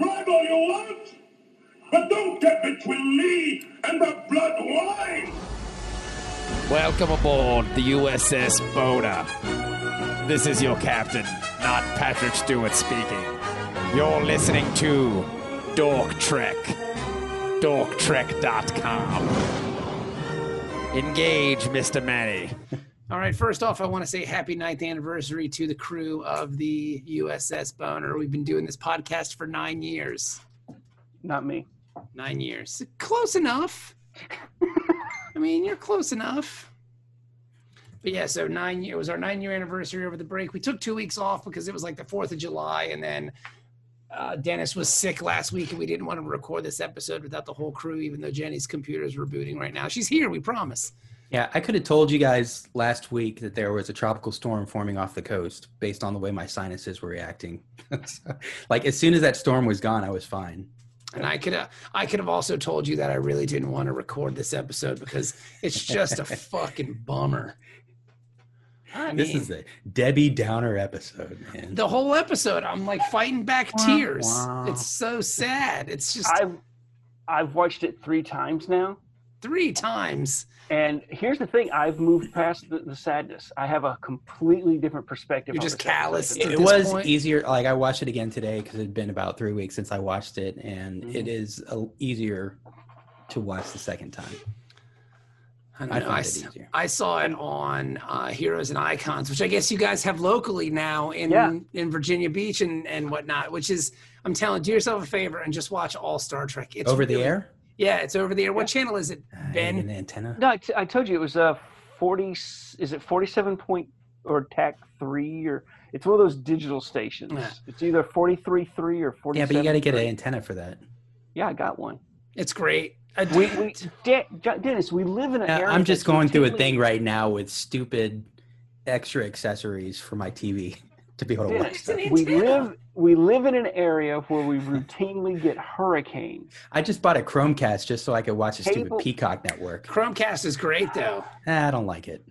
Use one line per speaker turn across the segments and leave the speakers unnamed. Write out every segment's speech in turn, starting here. all you want, but don't get between me and the blood wine.
Welcome aboard the USS Boda. This is your captain, not Patrick Stewart speaking. You're listening to Dork Trek. DorkTrek.com. Engage, Mr. Manny.
All right. First off, I want to say happy ninth anniversary to the crew of the USS Boner. We've been doing this podcast for nine years.
Not me.
Nine years. Close enough. I mean, you're close enough. But yeah, so nine year it was our nine year anniversary over the break. We took two weeks off because it was like the fourth of July, and then uh, Dennis was sick last week, and we didn't want to record this episode without the whole crew. Even though Jenny's computer is rebooting right now, she's here. We promise.
Yeah, I could have told you guys last week that there was a tropical storm forming off the coast based on the way my sinuses were reacting. So, like as soon as that storm was gone, I was fine.
And I could have, I could have also told you that I really didn't want to record this episode because it's just a fucking bummer. I
This
mean,
is the Debbie Downer episode, man.
the whole episode. I'm like fighting back tears.
Wow.
It's so sad. It's just
I've I've watched it three times now,
three times.
and here's the thing: I've moved past the, the sadness. I have a completely different perspective.
You're
on
just
this episode.
callous. at
it
this
was
point.
easier. Like I watched it again today because it had been about three weeks since I watched it, and
Mm-hmm.
it is a, easier to watch the second time.
I,
I
don't know,
find
I,
it
s-
easier.
I saw it on uh, Heroes and Icons, which I guess you guys have locally now in
Yeah.
in Virginia Beach and and whatnot. Which is, I'm telling, do yourself a favor and just watch all Star Trek. It's
Over the
really-
air,
Yeah, it's over the air. What channel is it,
I need
Ben?
an antenna.
No, I, t- I told you it was a forty. Is it forty-seven point or TAC three or? It's one of those digital stations.
Yeah.
It's either forty-three three or forty.
Yeah, but you got to get an antenna for that.
Yeah, I got one.
It's great. I
We,
did-
we De- De- Dennis, we live in an
Uh,
area.
I'm just
that's
going through a
routinely-
thing right now with stupid extra accessories for my TV to be able to
Yeah.
watch stuff.
We live we live in an area where we routinely get hurricanes.
I just bought a Chromecast just so I could watch a stupid
Cable-
Peacock network.
Chromecast is great though.
Ah, I don't like it.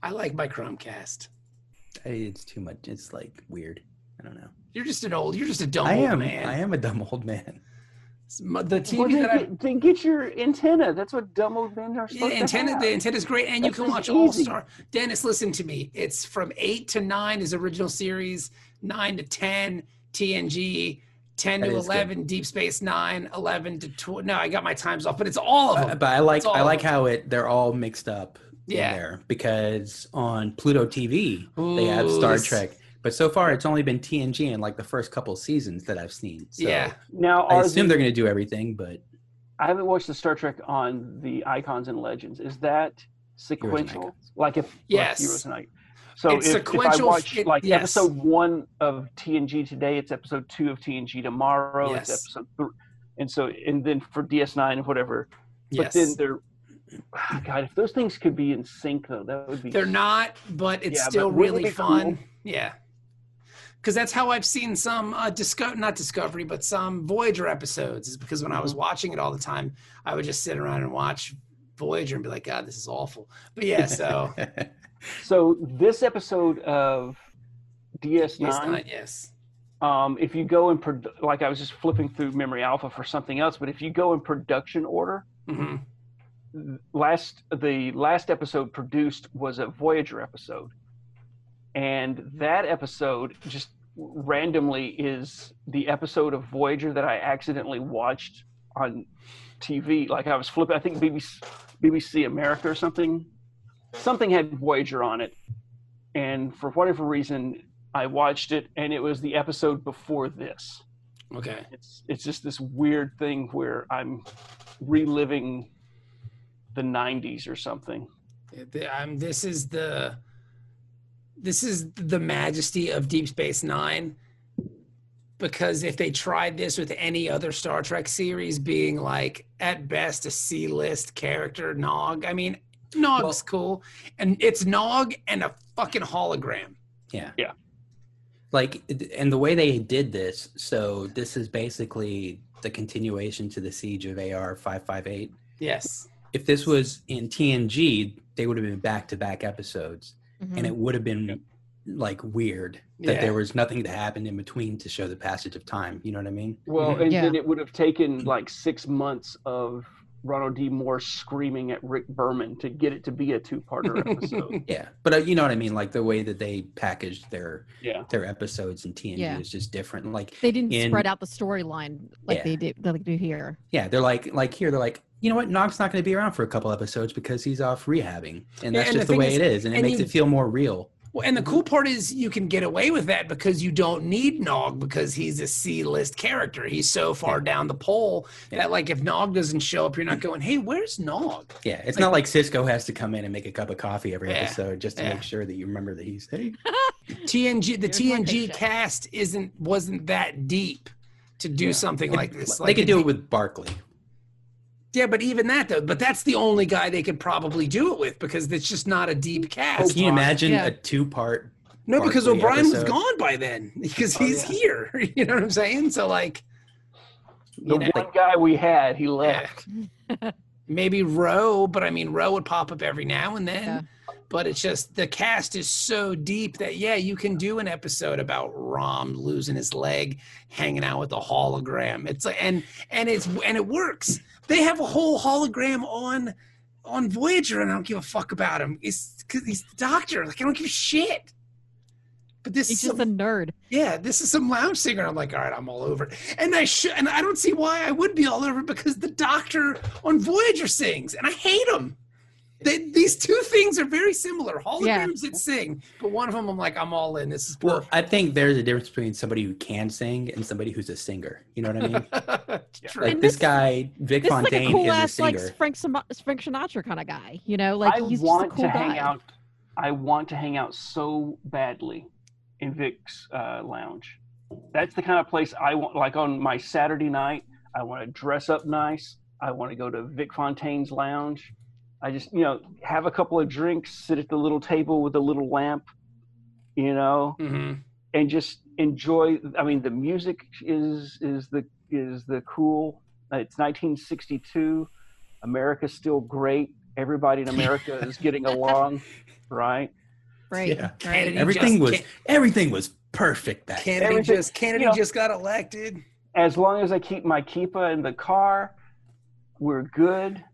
I like my Chromecast.
I- It's too much. It's like weird. I don't know.
You're just an old. You're just a dumb
I
old
am.
man.
I am a dumb old man.
The TV
Well, then,
that I
get, then get your antenna. That's what dumb old men are
Yeah,
supposed to
antenna,
have.
the antenna's great, and you
That's
can
just
watch
easy.
All Star. Dennis, listen to me. It's from eight to nine is original series, nine to ten TNG, ten
That
to
is good.
eleven Deep Space Nine, eleven to twelve. No, I got my times off, but it's all of
Uh,
them.
but I like.
It's all
I like
of 'em.
how it. They're all mixed up. in
Yeah.
there because on Pluto TV they have
Ooh,
Star
this-
Trek, but so far it's only been TNG in like the first couple seasons that I've seen. So
Yeah.
Now,
I
are
assume
the-
they're going to do everything, but
I haven't watched the Star Trek on the Icons and Legends. Is that sequential?
Icons.
Like if
Yes.
like Heroes and Icons. So
It's
if, If I
sequential,
watch
it-
like
yes.
episode one of TNG today, it's episode two of TNG tomorrow.
Yes.
It's episode three, and so and then for DS9 and whatever. But
yes,
then they're Ah, God, if those things could be in sync though, that would be.
they're not, but it's
Mm-hmm. Yeah, but
still
wouldn't it
really
be cool?
fun. Yeah. Because that's how I've seen some uh, disco- not Discovery, but some Voyager episodes. Is because when I
Mm-hmm.
was watching it all the time, I would just sit around and watch Voyager and be like, "God, this is awful." But yeah, so
So this episode of
Yes,
DS9,
not yes.
um, if you go in, prod like I was just flipping through Memory Alpha for something else, but if you go in production order,
hmm
last the last episode produced was a Voyager episode, and that episode just randomly is the episode of Voyager that I accidentally watched on TV. Like I was flipping, I think BBC, BBC America or something, something had Voyager on it, and for whatever reason, I watched it, and it was the episode before this
Okay.
it's it's just this weird thing where I'm reliving the '90s or something.
Th- th- um, this is the this is the majesty of Deep Space Nine. Because if they tried this with any other Star Trek series, being like at best a C list character, Nog. I mean, Nog's cool, and it's Nog and a fucking hologram.
Yeah.
Yeah.
Like, and the way they did this, so this is basically the continuation to the siege of AR 558.
Yes.
If this
Mm-hmm.
was in TNG, they would have been back to back episodes and it would have been like weird that
Yeah.
there was nothing that happened in between to show the passage of time. You know what I mean?
Well,
Mhm.
and
Yeah.
then it would have taken like six months of Ronald D. Moore screaming at Rick Berman to get it to be a two-parter episode.
Yeah, but uh, you know what I mean. Like the way that they packaged their
Yeah.
their episodes in TNG
Yeah.
is just different. Like
They didn't
In-
spread out the storyline like
Yeah.
they did like they do here.
yeah, they're like like here they're like you know what Nog's not going to be around for a couple episodes because he's off rehabbing, and
Yeah, and
that's just
the
the,
thing
way
is-
it is, and it
and
makes
you-
it feel more real.
Well, and the cool part is you can get away with that because you don't need Nog because he's a C-list character. He's so far down the pole
Yeah.
that like if Nog doesn't show up, you're not going, "Hey, where's Nog?"
Yeah, it's not like Cisco has to come in and make a cup of coffee every
Yeah,
episode just to
yeah.
make sure that you remember that he's hey.
TNG the
Here's my
TNG
paycheck.
cast isn't wasn't that deep to do
Yeah.
something like this.
they
Like e
could do it with Barkley.
Yeah, but even that though, but that's the only guy they could probably do it with because it's just not a deep
Can
cast.
you imagine
yeah.
a two part?
No, because
Barkley
O'Brien was
episode.
gone by then because
Oh,
he's here. You know what I'm saying? So like
The
You know,
one guy we had, he left.
maybe Roe, but I mean Roe would pop up every now and then.
Yeah.
But it's just the cast is so deep that yeah, you can do an episode about Rom losing his leg, hanging out with a hologram. It's like and and it's and it works. They have a whole hologram on on Voyager, and I don't give a fuck about him. It's because he's the doctor. Like I don't give a shit. But this
He's
is
just a nerd.
yeah, this is some lounge singer. I'm like, all right, I'm all over it. And I should, and I don't see why I would be all over it because the Doctor on Voyager sings, and I hate him. They, these two things are very similar. Holograms
Yeah.
that sing, but one of them, I'm like, I'm all in. This is
Well,
perfect.
I think there's a difference between somebody who can sing and somebody who's a singer. You know what I mean?
True.
like
And
this,
this-
guy, Vic
This is like
Fontaine,
a cool
is a
ass
singer.
like Frank, Sina- Frank Sinatra kind of guy, you know? Like
I
he's
want
just a cool
to
guy.
hang out. I want to hang out so badly in Vic's uh, lounge. That's the kind of place I want. Like on my Saturday night, I want to dress up nice. I want to go to Vic Fontaine's lounge. I just, you know, have a couple of drinks, sit at the little table with a little lamp, you know,
Mhm.
and just enjoy. I mean, the music is is the is the cool. Uh, It's 1962. America's still great. Everybody in America is getting along, right?
Right.
Yeah.
right.
Kennedy
everything
just
was
can't-
everything was perfect back then.
Kennedy
Everything-
just Kennedy
you know-
just got elected.
As long as I keep my keepa in the car, we're good.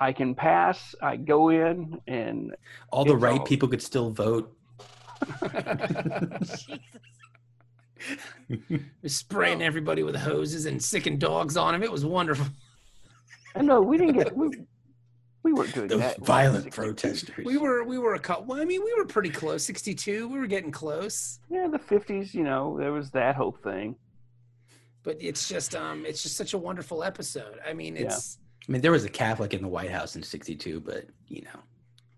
I can pass. I go in, and
All the
It's
right
all-
people could still vote.
Was spraying everybody with hoses and sicking dogs on him. It was wonderful.
no, we didn't get we we were good.
Those
that-
violent protesters.
We were we were a couple. Well, I mean, we were pretty close. Sixty two. We were getting close.
Yeah, the 50s. You know, there was that whole thing.
but it's just um it's just such a wonderful episode i mean
Yeah.
it's
I mean, there was a Catholic in the White House in '62, but you know,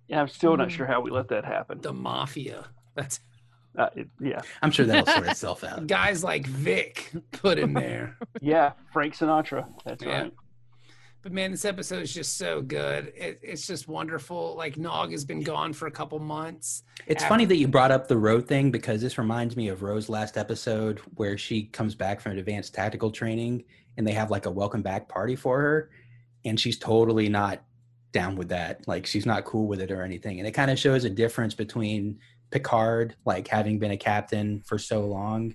Yeah, I'm still not
Mm-hmm.
Mm.
sure how we let that happen.
the mafia that's
Uh, it, yeah,
I'm sure that'll sort itself out.
guys like vic put in there
yeah, Frank Sinatra. That's
Yeah.
right.
but man this episode is just so good it, it's just wonderful like nog has been gone for a couple months
It's
Yeah.
funny that you brought up the road thing because this reminds me of Rose's last episode where she comes back from advanced tactical training and they have like a welcome back party for her. And she's totally not down with that. Like she's not cool with it or anything. And it kind of shows a difference between Picard, like having been a captain for so long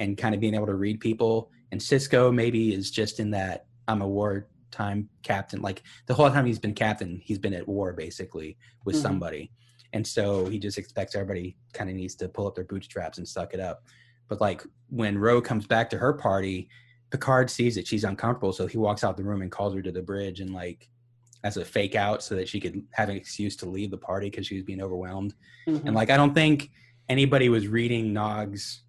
and kind of being able to read people. And Cisco maybe is just in that I'm a wartime captain. Like the whole time he's been captain, he's been at war basically with
Mhm.
somebody. And so he just expects everybody kind of needs to pull up their bootstraps and suck it up. But like when Ro comes back to her party, Picard sees that she's uncomfortable, so he walks out the room and calls her to the bridge and like as a fake out so that she could have an excuse to leave the party because she was being overwhelmed.
Mhm.
And like I don't think anybody was reading Nog's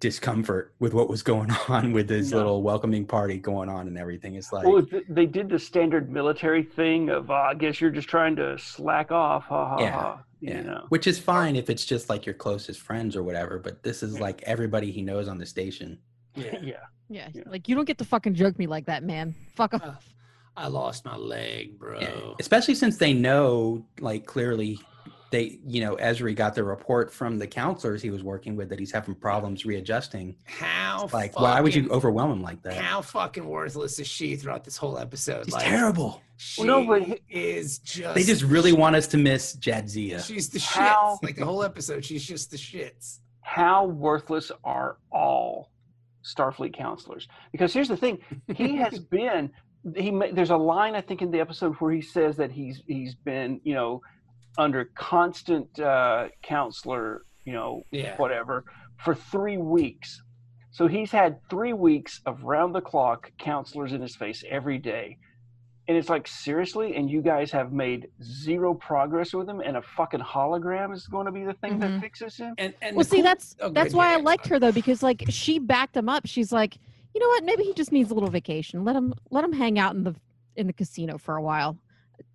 discomfort with what was going on with this
No.
little welcoming party going on and everything. It's like
Well, th- they did the standard military thing of, uh, I guess you're just trying to slack off, ha ha
Yeah,
ha.
Yeah.
You know,
Which is fine if it's just like your closest friends or whatever, but this is
Yeah.
like everybody he knows on the station.
yeah
yeah.
Yeah.
Yeah.
Like you don't get to fucking joke me like that, man. Fuck off.
i lost my leg bro
Oh.
Yeah. Especially since they know like clearly they, you know, Ezri got the report from the counselors he was working with that he's having problems readjusting.
How
Like, why would you
fucking-
overwhelm him like that?
How fucking worthless is she throughout this whole episode?
She's
like,
terrible.
She
Well, no, but he-
is just.
They just really want us to miss Jadzia.
She's the shits.
How-
Like the whole episode, she's just the shits.
how worthless are all Starfleet counselors? Because here's the thing: he has been. He ma- there's a line I think in the episode where he says that he's he's been you know under constant uh, counselor you know
Yeah.
whatever for three weeks. So he's had three weeks of round the clock counselors in his face every day. And it's like, seriously? And you guys have made zero progress with him, and a fucking hologram is going to be the thing that
Mhm.
fixes him?
And and
Well,
the
see,
cool-
that's
Oh,
that's
good,
why
yeah,
I liked her though, because like she backed him up. She's like, you know what? Maybe he just needs a little vacation. Let him let him hang out in the in the casino for a while.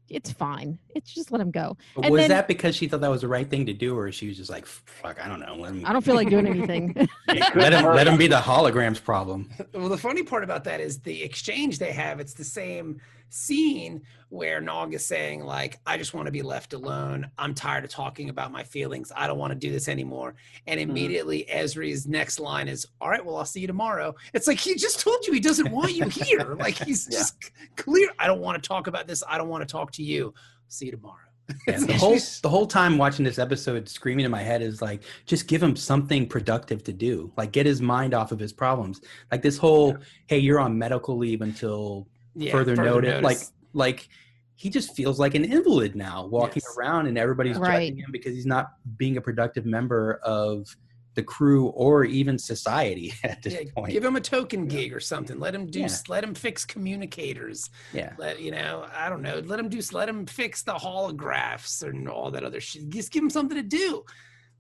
It's fine. It's just let him go.
But
And
was
then-
that because she thought that was the right thing to do, or she was just like, "Fuck, I don't know. Let him,
I don't feel like doing anything.
let him, let him be the holograms problem."
Well, the funny part about that is the exchange they have. It's the same scene where Nog is saying, like, I just want to be left alone. I'm tired of talking about my feelings. I don't want to do this anymore. And
Mm-hmm.
immediately Ezri's next line is, All right, well, I'll see you tomorrow. It's like he just told you he doesn't want you here. Like he's
Yeah.
just c- clear. I don't want to talk about this. I don't want to talk to you. See you tomorrow.
Yeah, the whole the whole time watching this episode, screaming in my head is like, just give him something productive to do. Like, get his mind off of his problems. Like this whole, hey, you're on medical leave until
Yeah,
further, notice. Like, like he just feels like an invalid now, walking
Yes.
around, and everybody's
Right.
judging him because he's not being a productive member of the crew or even society at this
Yeah,
point.
give him a token gig or something. Let him do.
Yeah.
Let him fix communicators.
yeah.
Let you know. I don't know. Let him do. Let him fix the holographs and all that other shit. Just give him something to do.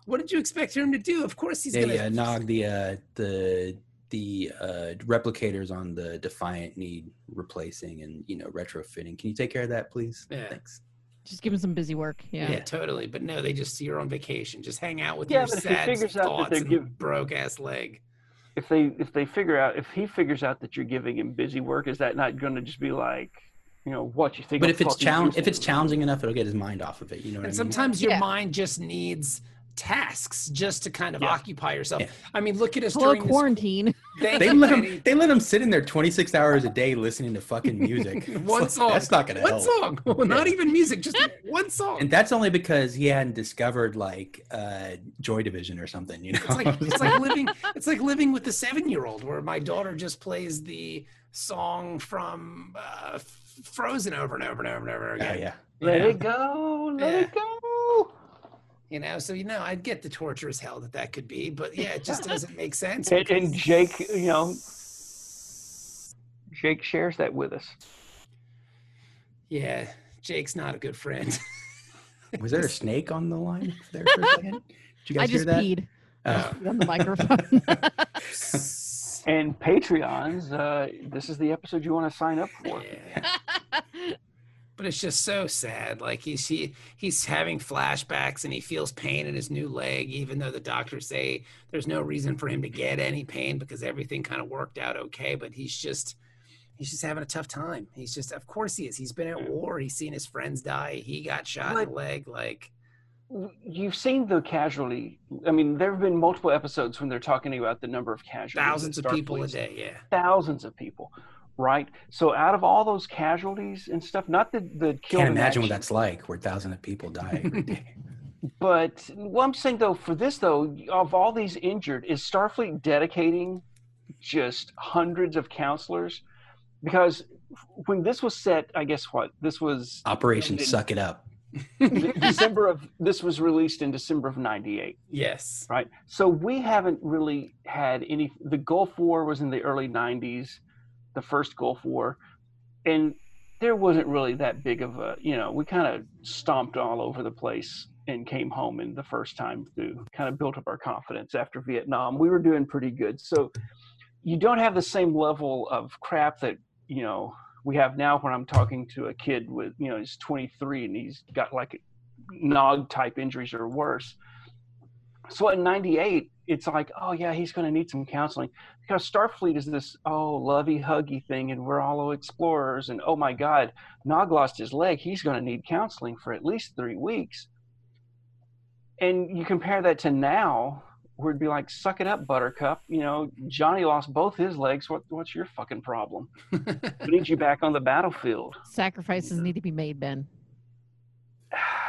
What did you expect him to do? Of course he's
They
gonna.
uh, nog the uh, the the uh, replicators on the Defiant need replacing and you know retrofitting. Can you take care of that, please?
Yeah.
Thanks.
just give him some busy work.
yeah.
Yeah.
totally. But no, they just you're on vacation. Just hang out with
Yeah,
your
but if he
sad
figures out that
thoughts
they're
and
giv-
broke ass leg.
if they if they figure out if he figures out that you're giving him busy work, is that not going to just be like, you know, what you think?
But
I'm
if it's
fucking
challenge, if it's
using?
challenging enough, it'll get his mind off of it. You know what
And
I mean?
sometimes your
Yeah.
mind just needs tasks just to kind of
Yeah.
occupy yourself.
Yeah.
I mean, look at us
Hello,
during this-
quarantine.
Thank
they
you,
let
Penny.
him they let him sit in there 26 hours a day listening to fucking music. It's
One
like,
song.
That's not gonna
One
help.
song. Well, not
Yeah.
even music, just one song.
And that's only because he hadn't discovered like uh, Joy Division or something. You know,
It's like it's like living it's like living with the seven year old where my daughter just plays the song from uh, Frozen over and over and over and over
oh,
again.
yeah.
Let
Yeah.
it go, let it go.
You know, so you know, I'd get the torture as hell that that could be, but yeah, it just doesn't make sense.
And,
because-
and Jake, you know, Jake shares that with us.
yeah, Jake's not a good friend.
Was there a snake on the line there for a second? Did you guys
I just
hear that?
peed
Oh.
on the microphone.
And Patreons, uh, this is the episode you want to sign up for.
Yeah. but it's just so sad. Like he's he, he's having flashbacks and he feels pain in his new leg, even though the doctors say there's no reason for him to get any pain because everything kind of worked out okay. But he's just he's just having a tough time. He's just of course he is. He's been at war. He's seen his friends die. He got shot in the leg. Like
You've seen the casualty. I mean, there have been multiple episodes when they're talking about the number of casualties. at
thousands of people a
Starfleet's
day. Yeah.
thousands of people, right? So out of all those casualties and stuff, not the the killed
Can't
in
imagine
action,
what that's like, where thousands of people die every day.
But well, I'm saying though, for this though, of all these injured, is Starfleet dedicating just hundreds of counselors? Because when this was set, I guess what this was
Operation Suck It Up.
December of this was released in December of '98.
Yes.
right? So we haven't really had any. The Gulf War was in the early '90s, the first Gulf War, and there wasn't really that big of a. You know, we kind of stomped all over the place and came home in the first time through. Kind of built up our confidence after Vietnam. We were doing pretty good. So you don't have the same level of crap that you know we have now when I'm talking to a kid with you know he's 23 and he's got like nog type injuries or worse so in 98 it's like oh yeah he's going to need some counseling because starfleet is this oh lovey huggy thing and we're all explorers and oh my god nog lost his leg he's going to need counseling for at least three weeks and you compare that to now where it'd be like suck it up buttercup you know johnny lost both his legs what, what's your fucking problem we need you back on the battlefield
Sacrifices need to be made, Ben.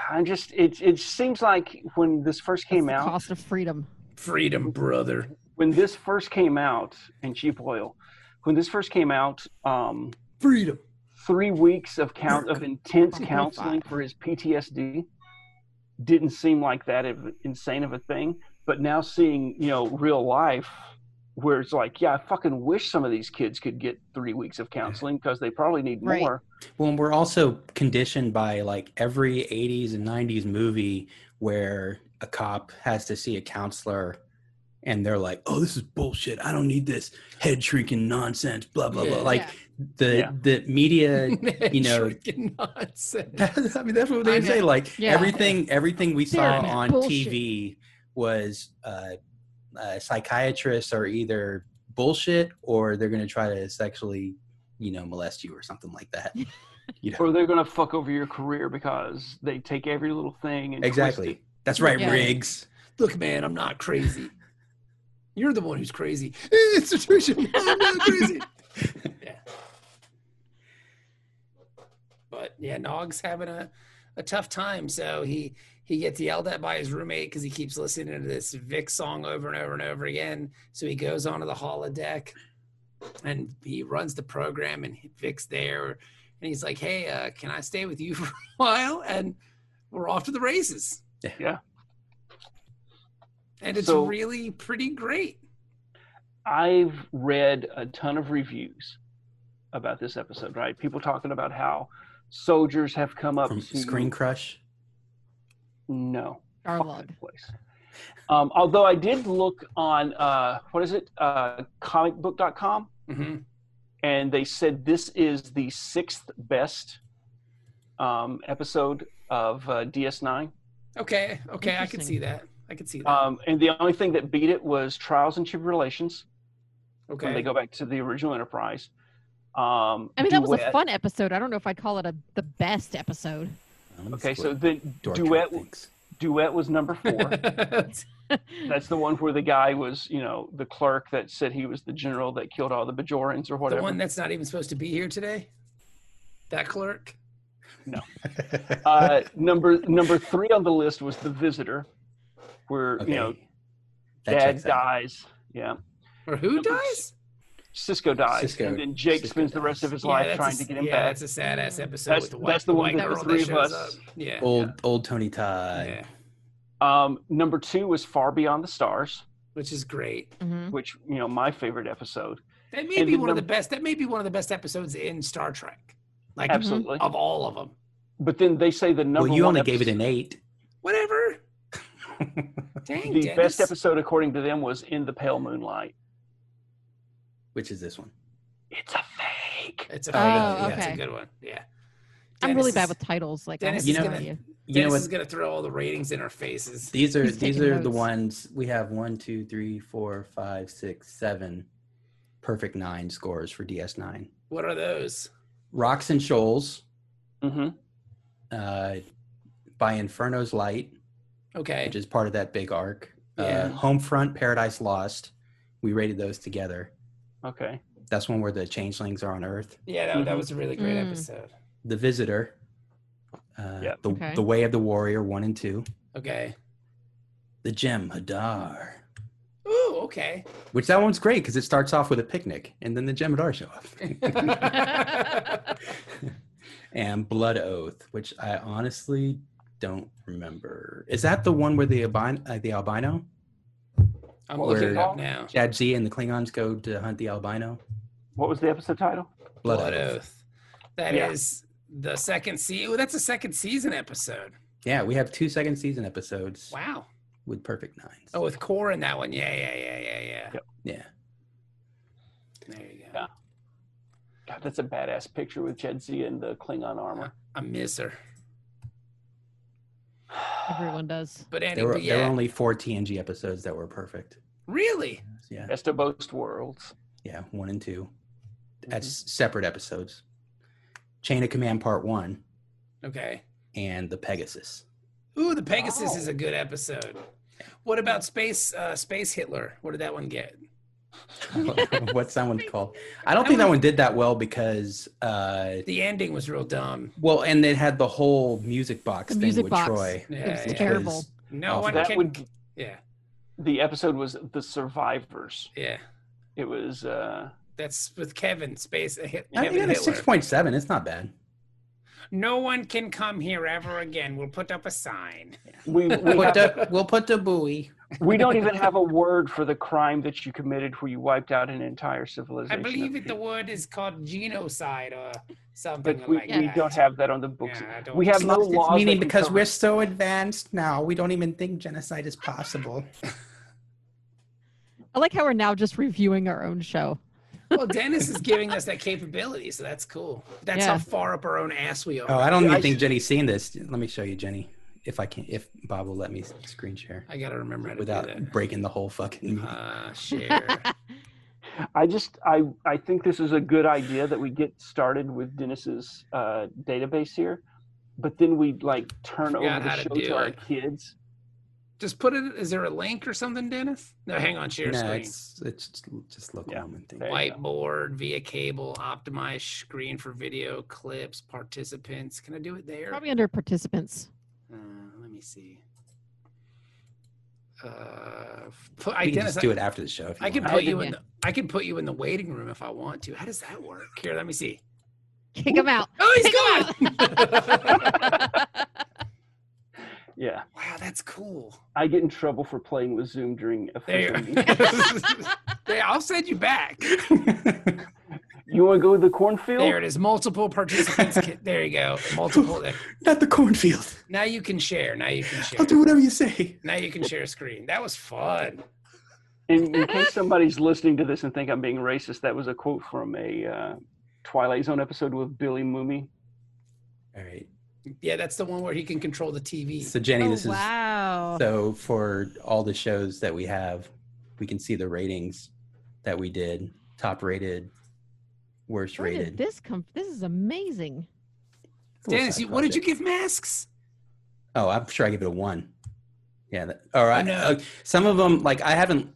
i just it, it seems like when this first
That's
came
the
out
cost of freedom.
Freedom, brother.
when this first came out and cheap oil when this first came out um
Freedom.
three weeks of count of intense
Probably
counseling
Oh, five.
for his ptsd didn't seem like that of- insane of a thing but now seeing you know real life where it's like yeah i fucking wish some of these kids could get three weeks of counseling because they probably need
Right.
more
Well, and we're also conditioned by like every 80s and 90s movie where a cop has to see a counselor and they're like, oh, this is bullshit. I don't need this head shrinking nonsense, blah, blah, blah.
Yeah.
Like
Yeah.
the,
Yeah.
the media.
you
know-
nonsense.
I mean, that's what they
I
say.
know.
Like
Yeah.
everything, everything we saw
They're
on
bullshit.
TV was uh, uh, psychiatrists are either bullshit or they're going to try to sexually, you know, molest you or something like that. You know,
or they're gonna fuck over your career because they take every little thing and twist it.
exactly. That's right,
Yeah.
Riggs.
Look, man, I'm not crazy. You're the one who's crazy. Eh, Institution. I'm not crazy. yeah. But yeah, Nog's having a, a tough time. So he he gets yelled at by his roommate because he keeps listening to this Vic song over and over and over again. So he goes onto the holodeck and he runs the program and Vic's there and he's like, Hey, uh, can I stay with you for a while? And we're off to the races.
Yeah.
And it's
So-
really pretty great.
I've read a ton of reviews about this episode, right? People talking about how soldiers have come up
from
to
Screen Crush.
No. fuck
Darlog.
that place. Um, although I did look on uh, what is it, uh, comicbook.com,
Mm-hmm.
and they said this is the sixth best um, episode of uh, DS9.
Okay. Okay. I can
Interesting.
see that. I can see that.
Um, and the only thing that beat it was Trials and Tribulations when they
okay.
go back to the original Enterprise. Um,
I mean, that was a
Duet-
fun episode. I don't know if I'd call it a the best episode.
Um,
Okay,
that's
so
what
then
Dork
duet
thinks.
duet was number four.
Mm-hmm.
That's the one where the guy was, you know, the clerk that said he was the general that killed all the Bajorans or
the
whatever.
one that's not even supposed to be here today. That clerk.
uh, number number three on the list was the visitor, where
Okay.
you know
That
Dad
checks out.
dies. Yeah,
Or who
Number
dies?
Cisco dies,
Cisco-
and then Jake
Cisco
spends the rest
dies.
of his
Yeah,
life
that's
trying
a,
to get him
yeah,
back.
That's a sad ass episode.
That's-
with the white,
that's the one
white
that the
girl
three of
shows
us-
up. Yeah.
Old old Tony Todd.
yeah.
Um, number two was Far Beyond the Stars,
Which is great.
Mhm.
which you know my favorite episode.
That may
And
be
then
one of the
number-
best. That may be one of the best episodes in Star Trek. Like
Absolutely.
of all of them.
But then they say the number
Well, you
one
only gave it
episode-
an eight.
Whatever. Dang,
the
Dennis.
best episode according to them was In the Pale Moonlight.
Which is this one?
It's a fake.
It's a,
Oh,
yeah,
okay.
it's a good one. Yeah.
I'm really
Dennis
bad
is-
with titles. Like,
Dennis
Dennis
is
you
gonna-
know, you.
You
Dennis
know what?
is gonna throw all the ratings in our faces.
These are
He's
these
taking
are the
notes.
ones we have one, two, three, four, five, six, seven, perfect nine scores for DS9.
What are those?
Rocks and Shoals
hmm
uh, by Inferno's Light,
Okay.
which is part of that big arc.
Yeah.
Uh, Homefront, Paradise Lost. We rated those together.
Okay.
That's one where the changelings are on Earth.
Yeah, that,
Mm-hmm.
that was a really great
Mm.
episode.
The Visitor. Uh,
Yep.
the,
Okay.
the Way of the Warrior, one and two.
Okay.
The Gem, Hadar.
Ooh, okay.
Which that one's great because it starts off with a picnic and then the Jemadar show up. and Blood Oath, which I honestly don't remember. Is that the one where the albino, uh, the albino?
I'm
What
was
looking
it
it up
called?
now.
Chad Z and the Klingons go to hunt the albino?
What was the episode title?
Blood,
Blood
Oath.
Oath. That is
Yeah.
the second season. Oh, that's a second season episode.
Yeah, we have two second season episodes
Wow.
with perfect nines.
Oh, with Core in that one. Yeah, yeah, yeah, yeah, yeah.
Yep.
Yeah.
There you go.
Yeah. God, that's a badass picture with Jedzia and the Klingon armor.
I miss her.
everyone does.
But
There were,
anyway,
there were
yeah.
only four TNG episodes that were perfect.
really?
Yeah.
Best of both worlds.
Yeah, one and 2 That's separate episodes. Chain of Command Part One
Okay.
and the Pegasus.
Ooh, the Pegasus
Oh.
is a good episode. What about space uh, space Hitler? What did that one get?
What's that one called? I don't think that one did that well because, uh,
The ending was real dumb.
well, and it had the whole music box
The
thing
music
with
box.
Troy.
Yeah,
it was
yeah.
which
terrible.
was-
No
Awful.
one
That
can.
would
Yeah,
the episode was the survivors.
yeah.
It was uh
That's with Kevin space uh, Hit-
I think
Kevin
it had a
Hitler.
six point seven. It's not bad.
no one can come here ever again. We'll put up a sign.
we we,
Put
have-
the, we'll put the buoy.
we don't even have a word for the crime that you committed where you wiped out an entire
I
civilization.
believe that the word is called genocide or something
but we,
like
we
that.
don't have that on the books.
Yeah, I don't-
we have no
Lost its
laws. that
meaning
can
because
cover
we're
it.
so advanced now, we don't even think genocide is possible.
I like how we're now just reviewing our own show.
well, Dennis is giving us that capability, so that's cool. That's
Yeah.
how far up our own ass we are.
Oh, I don't
Yeah,
even
I
think Jenny's seen this. Let me show you, Jenny, if I can, if Bob will let me screen share
I gotta remember how to
without
do
breaking the whole fucking.
that. Uh, share.
I just I I think this is a good idea that we get started with Dennis's uh, database here, but then we like turn over
Forgot
the
how to
show
do
to our
it.
kids.
Just put it. Is there a link or something, Dennis? No, hang on. Share
no,
screen.
it's it's just, just local
Yeah.
woman thing.
There you go.
Whiteboard via cable, optimized screen for video clips, participants. Can I do it there?
Probably under participants.
Uh, let me see. Uh, put, I,
We can
Dennis,
just
I-
do it after the show. If you
I can
want.
put
Yeah.
you in. The, I can put you in the waiting room if I want to. How does that work? Here, let me see.
Kick him out.
Oh, he's
Kick
gone.
'em out.
Yeah,
wow, that's cool.
I get in trouble for playing with Zoom during official
There.
meetings.
there, I'll send you back.
You want to go to the cornfield?
There it is. Multiple participants. Can, there you go. Multiple. There.
Not the cornfield.
Now you can share. Now you can share.
I'll do whatever you say.
Now you can share a screen. That was fun.
In, in case somebody's listening to this and think I'm being racist, that was a quote from a uh, Twilight Zone episode with Billy Mooney.
All right.
Yeah, that's the one where he can control the TV.
So Jenny,
Oh,
this is
wow.
so for all the shows that we have, we can see the ratings that we did. Top rated, worst
Where did
rated.
this come? This is amazing.
Little
Dennis,
side
you, what did you
project.
give masks?
Oh, I'm sure I give it a one. Yeah. That, all right.
know.
uh, some of them, like I haven't.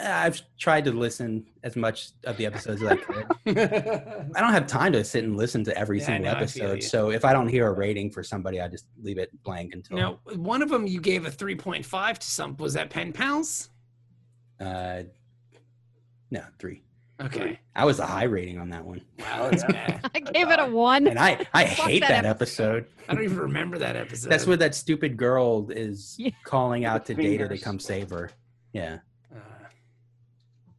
I've tried to listen as much of the episodes as I could.
yeah,
I don't have time to sit and listen to every
Yeah, I
single
know, I feel you.
episode. So if I don't hear a rating for somebody, I just leave it blank until.
now, one of them you gave a 3.5 to some. Was that Pen Pals?
Uh, no, three.
Okay.
I was a high rating on that one,
Wow, that's
Yeah.
bad.
I gave it a one.
and I I
Fuck
hate
that
that episode.
I don't even remember that episode.
That's what that stupid girl is
Yeah.
calling out to
the
Data to
fingers.
come save her. Yeah,
Uh,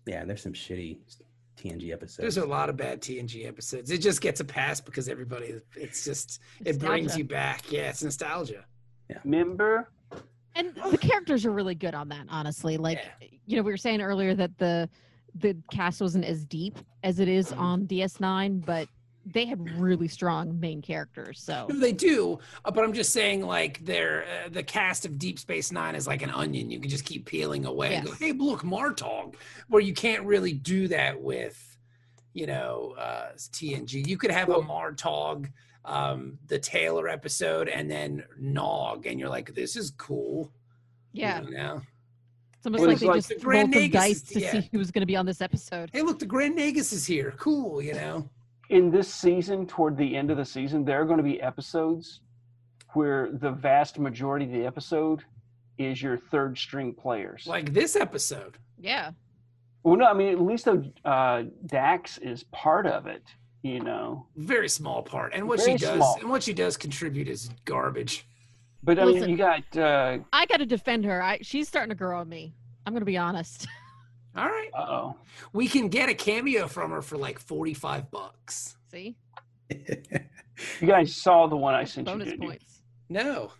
yeah. There's some shitty TNG episodes.
there's a lot of bad TNG episodes. It just gets a pass because everybody, it's just, it brings
Nostalgia.
you back. Yeah, it's nostalgia.
Remember?
And the characters are really good on that, honestly. Like, you know, we were saying earlier that the the cast wasn't as deep as it is on DS9, but they had really strong main characters. So
No, they do, uh, but I'm just saying, like, their uh, the cast of Deep Space Nine is like an onion. You can just keep peeling away. and
Yeah.
go, hey, look, Martog, where you can't really do that with, you know, uh, TNG. You could have a Martog, um, the Taylor episode, and then Nog, and you're like, this is cool. you
yeah,
know?
it's almost
It
like
was
they
like
just
the
rolled
Grand
some
Nagus
dice
is-
to
yeah.
see who was going to be on this episode.
Hey, look, the Grand Nagus is here. Cool, you know.
In this season, toward the end of the season, there are going to be episodes where the vast majority of the episode is your third string players.
Like this episode.
Yeah,
well, no, I mean, at least though uh, Dax is part of it, you know.
Very small part, and what she
Very
does,
small.
and what she does contribute is garbage.
But I
Listen.
mean, you got uh
I got to defend her. I, she's starting to grow on me. I'm going to be honest.
All right,
oh,
We can get a cameo from her for like 45 bucks.
see,
you guys saw the one I sent you.
bonus
didn't you?
points.
No.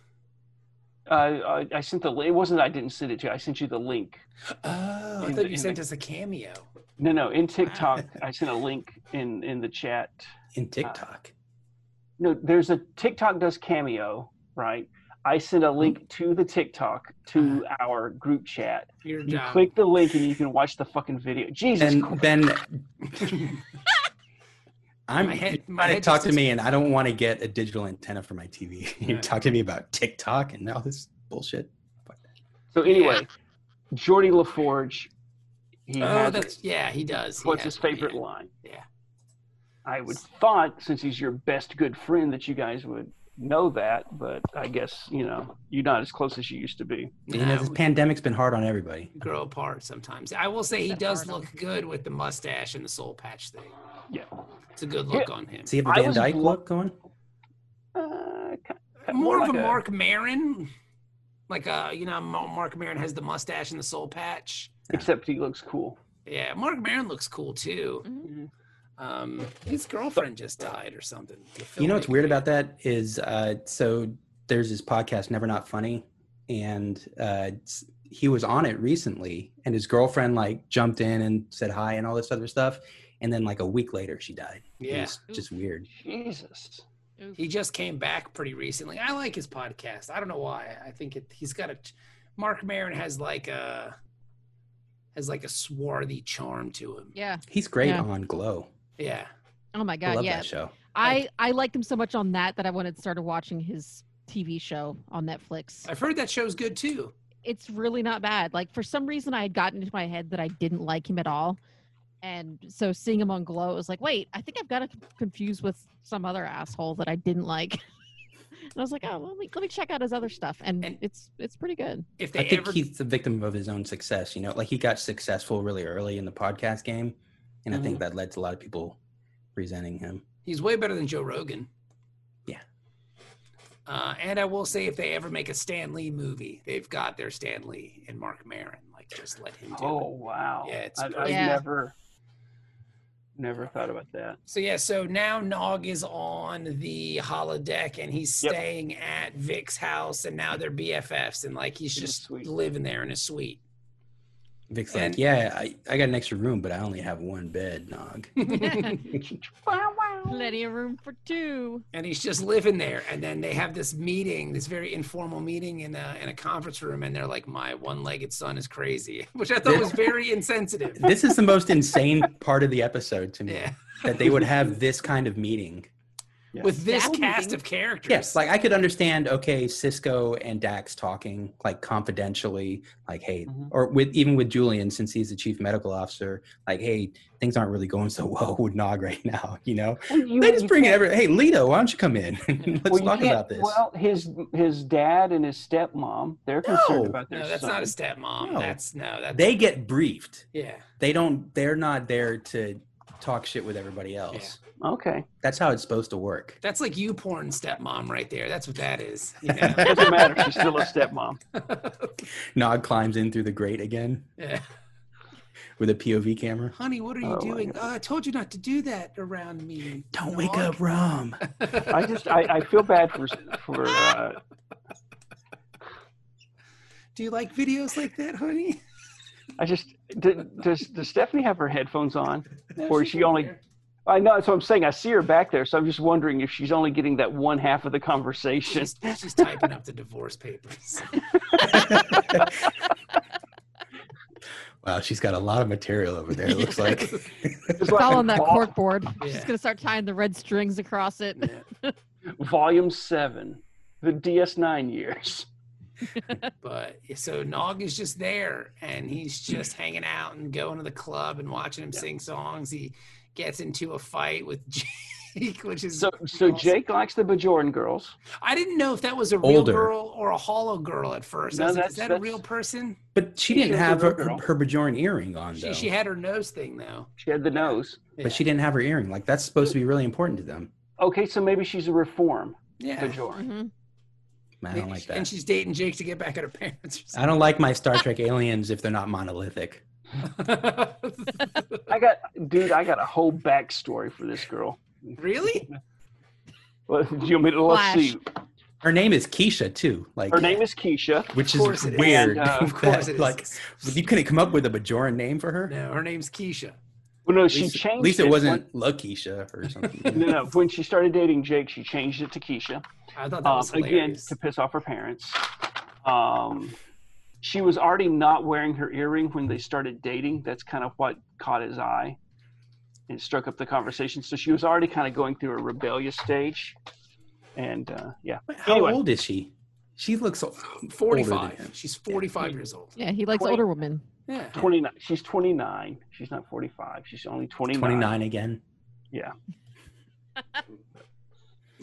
Uh, I, I sent the. li- It wasn't. that I didn't send it to you. I sent you the link.
Oh, I
In
thought
the-
you
in
sent
the-
us a cameo.
No, no. In TikTok, I sent a link in in the chat.
in
Uh,
TikTok.
No, there's a TikTok does cameo, right? I sent a link to the TikTok to our group chat.
Your
You
job.
click the link and you can watch the fucking video. Jesus
and
Christ.
then I'm
My head-
you
my
try to
head
talk
just
to
is-
me, and I don't want to get a digital antenna for my TV. you
Yeah.
talk to me about TikTok and all this bullshit.
So anyway, Jordy LaForge, he
oh,
has
that's yeah, he does. He
what's
has
his
one,
favorite
yeah.
line?
Yeah.
I would thought since he's your best good friend that you guys would know that, but I guess you know you're not as close as you used to be.
you know,
Nah,
this
we
pandemic's been hard on everybody.
grow apart sometimes. I will say he
That's
does
hard on
look good with the mustache and the soul patch thing.
Yeah.
It's a good look on him.
See the
I
Van
was
Dyke
blo-
look going.
Uh, ki- ki-
More of
like
a Mark Marin, like uh, you know, Ma- Mark Marin has the mustache and the soul patch.
Except he looks cool.
Yeah, Mark Marin looks cool too.
Mhm.
Um, his girlfriend just died or something. The
You know what's weird
filmmaker.
about that is uh, so there's this podcast, Never Not Funny, and uh, s- he was on it recently, and his girlfriend like jumped in and said hi and all this other stuff, and then like a week later she died. It
Yeah.
was just weird.
Jesus.
Oof.
He just came back pretty recently. I like his podcast. I don't know why. I think it, he's got a Mark Maron has like a has like a swarthy charm to him.
yeah.
He's great
Yeah.
on Glow.
Yeah.
Oh my
I
god.
love
Yeah.
that show.
I I liked him so much on that that I wanted to start watching his TV show on Netflix.
I've heard that show's good too.
it's really not bad. Like for some reason, I had gotten into my head that I didn't like him at all, and so seeing him on Glow, it was like, wait, I think I've got to confused with some other asshole that I didn't like. and I was like, oh, let me let me check out his other stuff, and,
And-
it's it's pretty good.
If
I
they
think
ever
he's the victim of his own success. You know, like he got successful really early in the podcast game, and I think
Mm-hmm.
that led to a lot of people resenting him.
He's way better than Joe Rogan.
Yeah.
Uh, and I will say, if they ever make a Stan Lee movie, they've got their Stan Lee and Mark Maron. Like, just let him do
Oh
it.
wow.
Yeah, it's
I, I
Yeah.
never, never thought about that.
So yeah, so now Nog is on the holodeck and he's
Yep.
staying at Vic's house, and now they're BFFs, and like he's
In his
just
suite.
living there in a suite.
Vic's
And-
like, yeah, I, I got an extra room, but I only have one bed, Nog.
Plenty of room for two.
and he's just living there. And then they have this meeting, this very informal meeting in a in a conference room, and they're like, "My one-legged son is crazy," which I thought was very insensitive.
this is the most insane part of the episode to me
Yeah,
that they would have this kind of meeting.
with this
That
cast
meeting-
of characters.
Yes, like I could understand. Okay, Cisco and Dax talking like confidentially, like hey,
Mhm.
or with even with Julian since he's the chief medical officer, like hey, things aren't really going so well with Nog right now. You know, they just bring every hey, Lito, why don't you come in? Let's
you
talk
can't-
about this.
Well, his his dad and his stepmom, they're concerned
No.
about their
no, that's
son.
not a stepmom.
No.
That's no, that's
they get briefed.
yeah.
They don't. They're not there to talk shit with everybody else.
okay.
That's how it's supposed to work.
That's like you porn stepmom right there. That's what that is. You know?
Doesn't matter. She's still a stepmom.
Nog climbs in through the grate again
yeah.
with a POV camera.
Honey, what are you
Oh, my
doing?
God.
Oh, I told you not to do that around me.
Don't
Nog."
wake up, Rom.
I just I, I feel bad for for uh,
Do you like videos like that, honey?
I just did, does does Stephanie have her headphones on? Or she only- I know that's what I'm saying. I see her back there, so I'm just wondering if she's only getting that one half of the conversation.
She's, she's typing up the divorce papers.
wow, she's got a lot of material over there. It looks like
It's
It's
like
all on that
vol-
corkboard.
Yeah.
She's gonna start tying the red strings across it.
Volume seven, the DS9 years.
But so Nog is just there and he's just hanging out and going to the club and watching him sing songs. He gets into a fight with Jake, which is
So so
awesome.
Jake likes the Bajoran girls.
I didn't know if that was a real
Older.
girl or a hollow girl at first.
No,
I was like,
that's-
is that a
that's-
real person?
but she
She
didn't
was a
have her,
good girl.
her Bajoran earring on though.
She, she had her nose thing though.
She had the nose.
Yeah.
but she didn't have her earring. Like that's supposed to be really important to them.
Okay, so maybe she's a reform
yeah.
Bajoran.
hmm
I don't
Maybe
like
she- And
that.
she's dating Jake to get back at her parents. Or
I don't like my Star Trek aliens if they're not monolithic.
something.
I got, dude, I got a whole backstory for this girl.
really?
Well, do you want me to let's
Flash.
see?
Her name is Keisha too. Like
Her name is Keisha.
which
Of course
is
it is.
weird.
And, uh,
that,
Of course it is.
Like you couldn't come up with a Bajoran name for her.
no, her name's Keisha.
Well, no,
At
she
least-
changed.
At least it
when-
wasn't La Keisha or something.
no, no. When she started dating Jake, she changed it to Keisha
I thought that
um,
was
again
hilarious.
to piss off her parents. Um, she was already not wearing her earring when they started dating. That's kind of what caught his eye. it struck up the conversation. So she was already kind of going through a rebellious stage, and uh, yeah,
Wait, How
Anyway.
old is she? She looks. o- Older than
45.
him.
She's 45 years old.
Yeah, he likes
Wait.
older women.
Yeah.
twenty nine. She's twenty nine. She's not forty five. She's only twenty
29 again.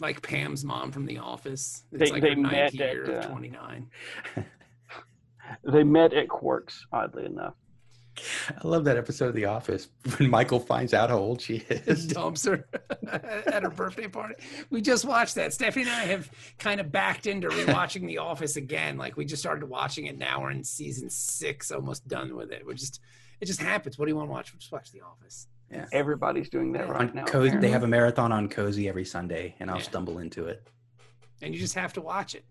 Like Pam's mom from The Office. It's
They-
like
they
her ninth
met
year
at,
of
uh,
29.
They met at Quarks, oddly enough.
I love that episode of The Office when Michael finds out how old she is.
Dumps her at her birthday party. We just watched that. Stephanie and I have kind of backed into rewatching The Office again. Like we just started watching it now. We're in season six, almost done with it. We're just, it just happens. What do you want to watch? We'll just watch The Office.
Everybody's doing that right now.
On Cozy, they
apparently.
have a marathon on Cozy every Sunday, and I'll
Yeah.
stumble into it.
And you just have to watch it.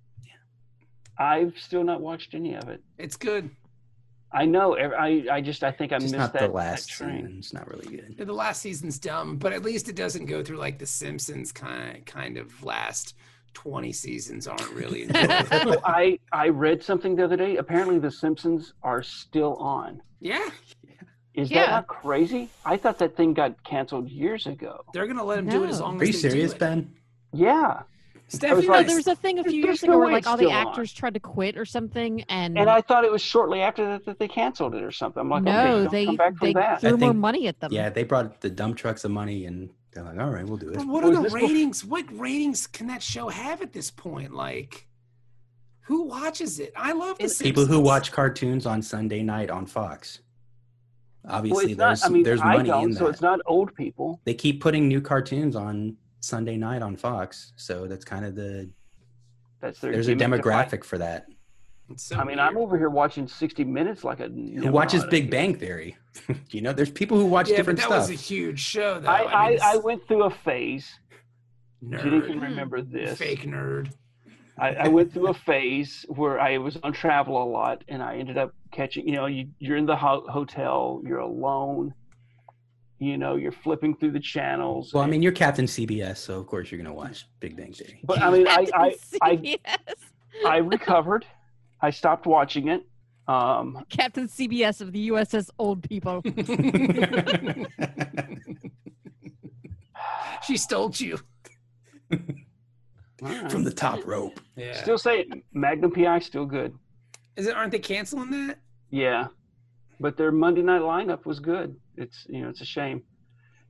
I've still not watched any of it.
It's good.
I know. ev- I I just I think I
Just
missed
not
that
the
that
last
train.
season. It's not really good.
Yeah, the last season's dumb, but at least it doesn't go through like the Simpsons kind kind of last twenty seasons aren't really enjoyable.
So I I read something the other day. Apparently, The Simpsons are still on.
yeah,
Is
Yeah.
that not crazy? I thought that thing got canceled years ago.
they're gonna let him do it as
No.
long
Are
as
you
they do
serious,
it.
Ben?
Yeah,
Stephanie
I
No,
was
and I-
there was a thing a
There's-
few years
there's no
ago where
way
like
it's
all the
still on.
actors tried to quit or something, and,
and I thought it was shortly after that that they canceled it or something. I'm like, okay,
no,
don't
they
come back from
they
that.
threw more
think-
money at them.
Yeah, they brought the dump trucks of money, and they're like, "All right, we'll do it."
But what
Was
are the
this before-
ratings? What ratings can that show have at this point? Like, who watches it? I love the
People who
Simpsons.
watch cartoons on Sunday night on Fox.
Well,
Obviously,
it's
there's
not. I mean,
there's
I
money
don't.
in that.
So it's not old people.
they keep putting new cartoons on Sunday night on Fox, so that's kind of the
That's their
there's a
gimmick to find-
demographic for that.
It's so
I mean, I'm
weird.
over here watching 60 Minutes like a.
Who watches Big Bang Theory? you know, there's people who watch
yeah,
different
but that was
stuff.
a huge show, though.
I,
mean,
I,
it's
I went through a phase. Jenny can
nerd,
remember this.
fake nerd.
I, I went through a phase where I was on travel a lot, and I ended up catching. You know, you, you're in the ho- hotel, you're alone. You know, you're flipping through the channels.
well, I mean, you're Captain CBS, so of course you're gonna watch Big Bang Theory.
but I mean, I, I, I,
Captain CBS.
I recovered. I stopped watching it. Um,
Captain CBS of the USS Old People.
she stole you.
From the top rope.
Yeah.
still say it, Magnum PI still good.
Is it? Aren't they canceling that?
Yeah, but their Monday night lineup was good. It's you know it's a shame.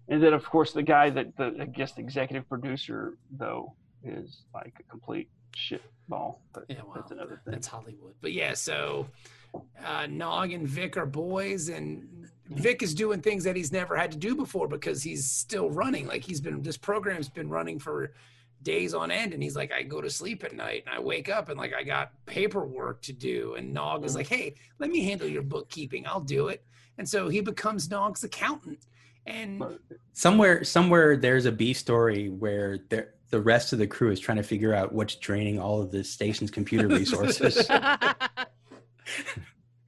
And then of course the guy that the I guess the executive producer though is like a complete shit ball. But
Yeah, well,
that's another thing.
that's Hollywood. But yeah, so uh, Nog and Vic are boys, and Vic is doing things that he's never had to do before because he's still running. Like he's been this program's been running for days on end, and he's like, I go to sleep at night and I wake up and like I got paperwork to do, and Nog is
Mm-hmm.
like, Hey, let me handle your bookkeeping. I'll do it. And so he becomes Nog's accountant. And
Right.
Somewhere, somewhere, there's a B story where there, the rest of the crew is trying to figure out what's draining all of the station's computer resources.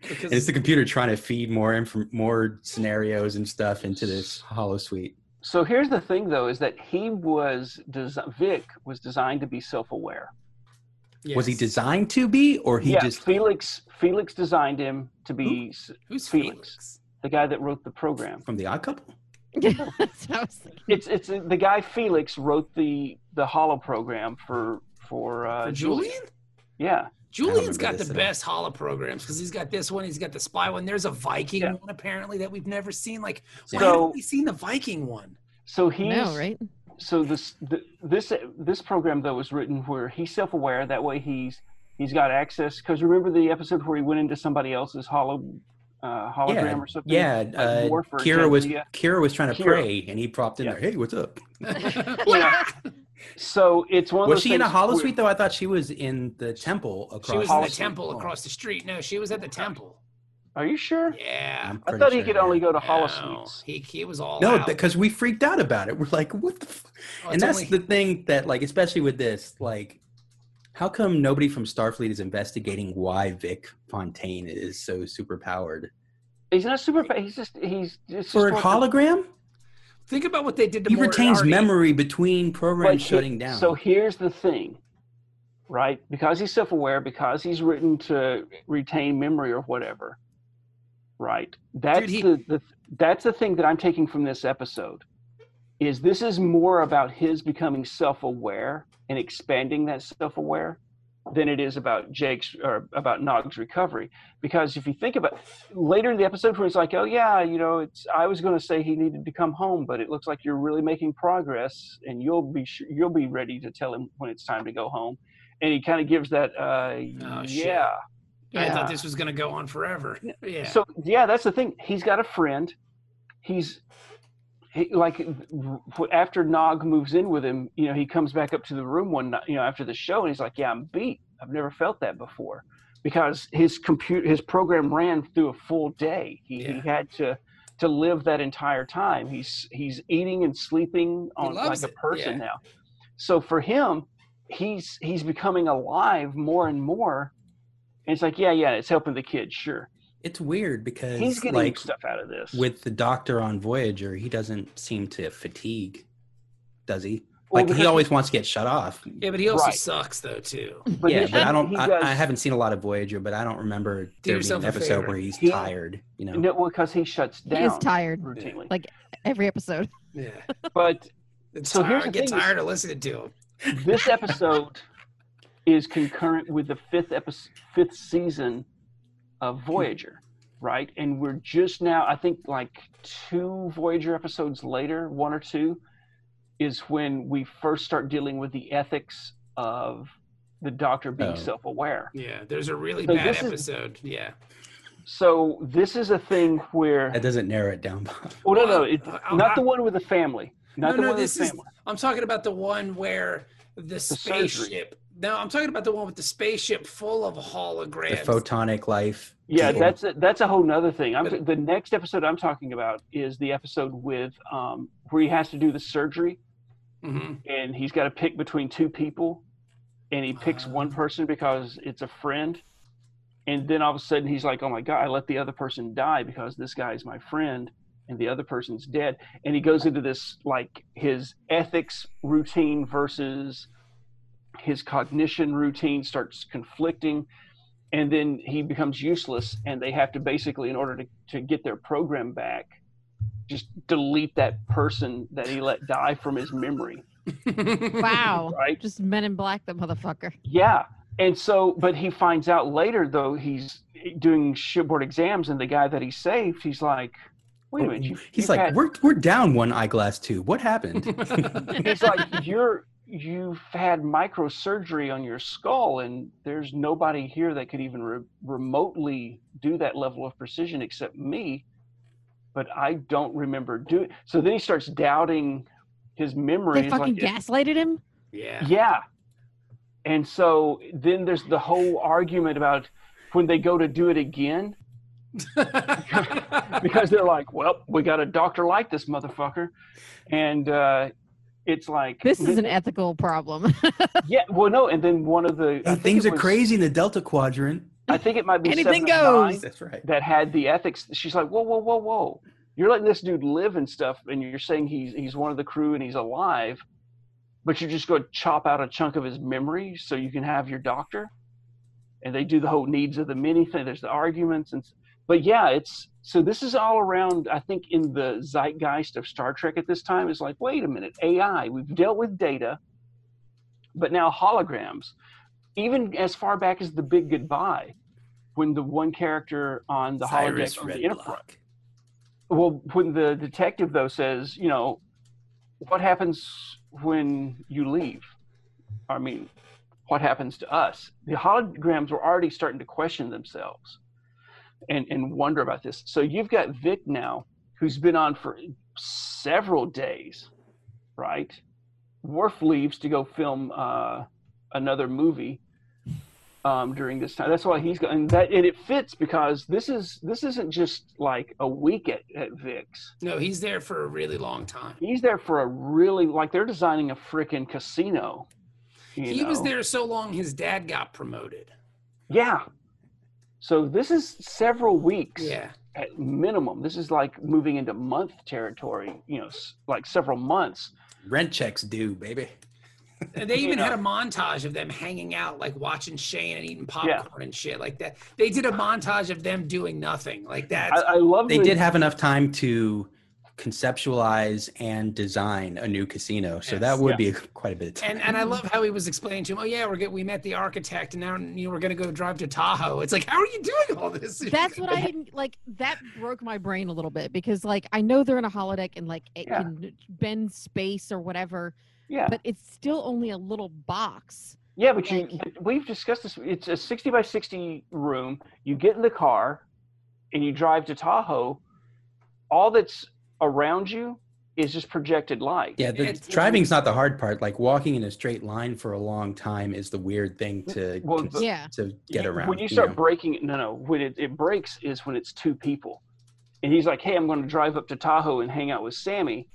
because
and it's the computer trying to feed more inf- more scenarios and stuff into this hollow suite.
So here's the thing though is that he was desi- Vic was designed to be self-aware.
Was he
Yes.
designed to be, or he
yeah,
just
Felix Felix designed him to be s
Who's
Felix?
Felix?
the guy that wrote the program.
from the Odd Couple?
That's what I was thinking.
It's it's the guy Felix wrote the the Hollow program for for uh,
For Julian?
Yeah.
Julian's
remember
got
this
the
at all.
best hollow programs because he's got this one, he's got the spy one. There's a Viking
Yeah.
one apparently that we've never seen. Like, why
So-
haven't we seen the Viking one?
So he's
No, right?
so this th- this this program though was written where he's self-aware. That way he's he's got access. Because remember the episode where he went into somebody else's hollow uh, hologram
Yeah,
or something.
Yeah, uh,
war for
Kira was
Jadzia.
Kira was trying to
Kira.
pray, and he propped in
Yeah.
there. Hey, what's up?
Yeah. So it's one. Of
Was
those
she in a
things
hollow
where-
suite though? I thought she was in the temple across.
she was in
Hollow
the
Street.
temple across the street. No, she was at the temple.
Are you sure?
Yeah.
I'm
I
pretty
thought he
sure,
could
yeah.
only go to hollow
No,
suites.
he, he was all
No,
out.
because we freaked out about it. We're like, what the? F-?
Oh,
and
it's
that's
only-
the thing that, like, especially with this, like, how come nobody from Starfleet is investigating why Vic Fontaine is so superpowered?
He's not super. fa- He's just he's just
For a
just-
hologram,
think about what they did to
he retains
Moriarty.
memory between programs
he-
shutting down.
So here's the thing, right? Because he's self-aware, because he's written to retain memory or whatever, right? That's
he-
the, the that's the thing that I'm taking from this episode is this is more about his becoming self-aware and expanding that self-aware than it is about Jake's or about Nog's recovery. Because if you think about later in the episode where it's like, oh yeah, you know, it's I was going to say he needed to come home, but it looks like you're really making progress, and you'll be sure, you'll be ready to tell him when it's time to go home. And he kind of gives that, uh,
Oh, shit.
yeah.
I
Yeah.
thought this was going to go on forever. Yeah.
So yeah, that's the thing. He's got a friend. He's he, like after Nog moves in with him, you know, he comes back up to the room one night, you know, after the show, and he's like, "Yeah, I'm beat. I've never felt that before," because his computer, his program ran through a full day. He,
Yeah.
he had to to live that entire time. He's he's eating and sleeping on
loves
like a
it,
person
yeah.
now. So for him, he's he's becoming alive more and more. And it's like, yeah, yeah, it's helping the kid, sure
It's weird because
he's getting
like
stuff out of this.
with the doctor on Voyager, he doesn't seem to fatigue, does he?
Well,
Like he
because-
always wants to get shut off.
yeah, but he also
Right.
sucks though too.
but
yeah,
he-
but I don't.
he
I,
does-
I haven't seen a lot of Voyager, but I don't remember there being
yourself
an
a
episode
favor.
where he's
He-
tired. You know,
no, well, because he shuts
He
down
is tired
routinely.
Like- every episode.
Yeah.
But
It's
So
so
here's
I
the
get
thing is-
tired of listening to him.
this episode is concurrent with the fifth episode, fifth season of Voyager, right? And we're just now, I think, like two Voyager episodes later, one or two, is when we first start dealing with the ethics of the Doctor being
Oh.
self-aware.
Yeah. There's a really
So
bad
this is-
episode. Yeah.
So this is a thing where.
that doesn't narrow it down. Bob.
Oh no, no,
Well,
it,
I- I-
not the one with the family. Not
No,
the
no,
one with
this
the
is-
family.
I'm talking about the one where the
surgery.
spaceship. No, I'm talking about the one with the spaceship full of
the
holograms.
photonic life.
Yeah,
people.
that's a, that's a whole nother thing. I'm
But-
the next episode I'm talking about is the episode with um, where he has to do the surgery
hmm
and he's got to pick between two people, and he picks one
Ah.
person because it's a friend, and then all of a sudden he's like, "Oh my god, I let the other person die because this guy is my friend." And the other person's dead, and he goes into this like his ethics routine versus his cognition routine starts conflicting and then he becomes useless and they have to basically in order to, to get their program back just delete that person that he let die from his memory
Wow.
right
Just men in black, that motherfucker.
yeah and so but he finds out later though he's doing shipboard exams and the guy that he saved he's like wait a minute you, you've
he's like,
had-
we're we're down one eyeglass tube. What happened?
he's like you're you've had microsurgery on your skull and there's nobody here that could even re- remotely do that level of precision except me but i don't remember doing so then he starts doubting his memory
They
It's
fucking
like,
gaslighted him.
yeah.
yeah and so then there's the whole argument about when they go to do it again because they're like well we got a doctor like this motherfucker and uh it's like
This is an ethical problem.
Yeah, well, no, and then one of the I
Hey,
think
things
it
are
was-
crazy in the Delta Quadrant.
I think it might be
Anything
seven or nine
goes.
That's right.
that had the ethics. She's like, whoa, whoa, whoa, whoa! You're letting this dude live and stuff, and you're saying he's he's one of the crew and he's alive, but you're just going to chop out a chunk of his memory so you can have your doctor. And they do the whole needs of the many thing. There's the arguments and, s- but yeah, it's so this is all around. I think in the zeitgeist of Star Trek at this time is like, wait a minute, AI. We've dealt with data, but now holograms. Even as far back as the Big Goodbye, when the one character on the
Cyrus
holodeck on the Enterprise,
Redblock.
well, when the detective though says, you know, what happens when you leave? I mean, what happens to us? The holograms were already starting to question themselves and and wonder about this. So you've got Vic now, who's been on for several days, right? Worf leaves to go film uh, another movie um, during this time. That's why he's going. And that and it fits because this is this isn't just like a week at, at Vic's.
No, he's there for a really long time.
He's there for a really like they're designing a freaking casino. you
He was
know?
there so long his dad got promoted.
Yeah. So this is several weeks.
Yeah.
at minimum. This is like moving into month territory, you know, s- like several months.
Rent checks due, baby.
And they even
Yeah.
had a montage of them hanging out, like watching Shane and eating
Yeah.
popcorn and shit like that. They did a montage of them doing nothing like that.
I, I love
They
the-
did have enough time to conceptualize and design a new casino, so that
Yes.
would be quite a bit of time.
and and I love how he was explaining to him, oh yeah, we're good. We met the architect, and now you know, we're gonna go drive to Tahoe. It's like, how are you doing all this?
That's what I didn't like. That broke my brain a little bit because, like, I know they're in a holodeck and like it
Yeah.
can bend space or whatever,
Yeah,
but it's still only a little box.
yeah, but you.
like-
But we've discussed this. It's a sixty by sixty room. You get in the car, and you drive to Tahoe. All that's around you is just projected light.
yeah, the
It's-
driving's not the hard part. Like walking in a straight line for a long time is the weird thing to
Well,
cons-
But-
yeah,
to get
You-
around.
When you
you
start
know.
breaking it, no, no. When it, it breaks is when it's two people, and he's like, "Hey, I'm going to drive up to Tahoe and hang out with Sammy,"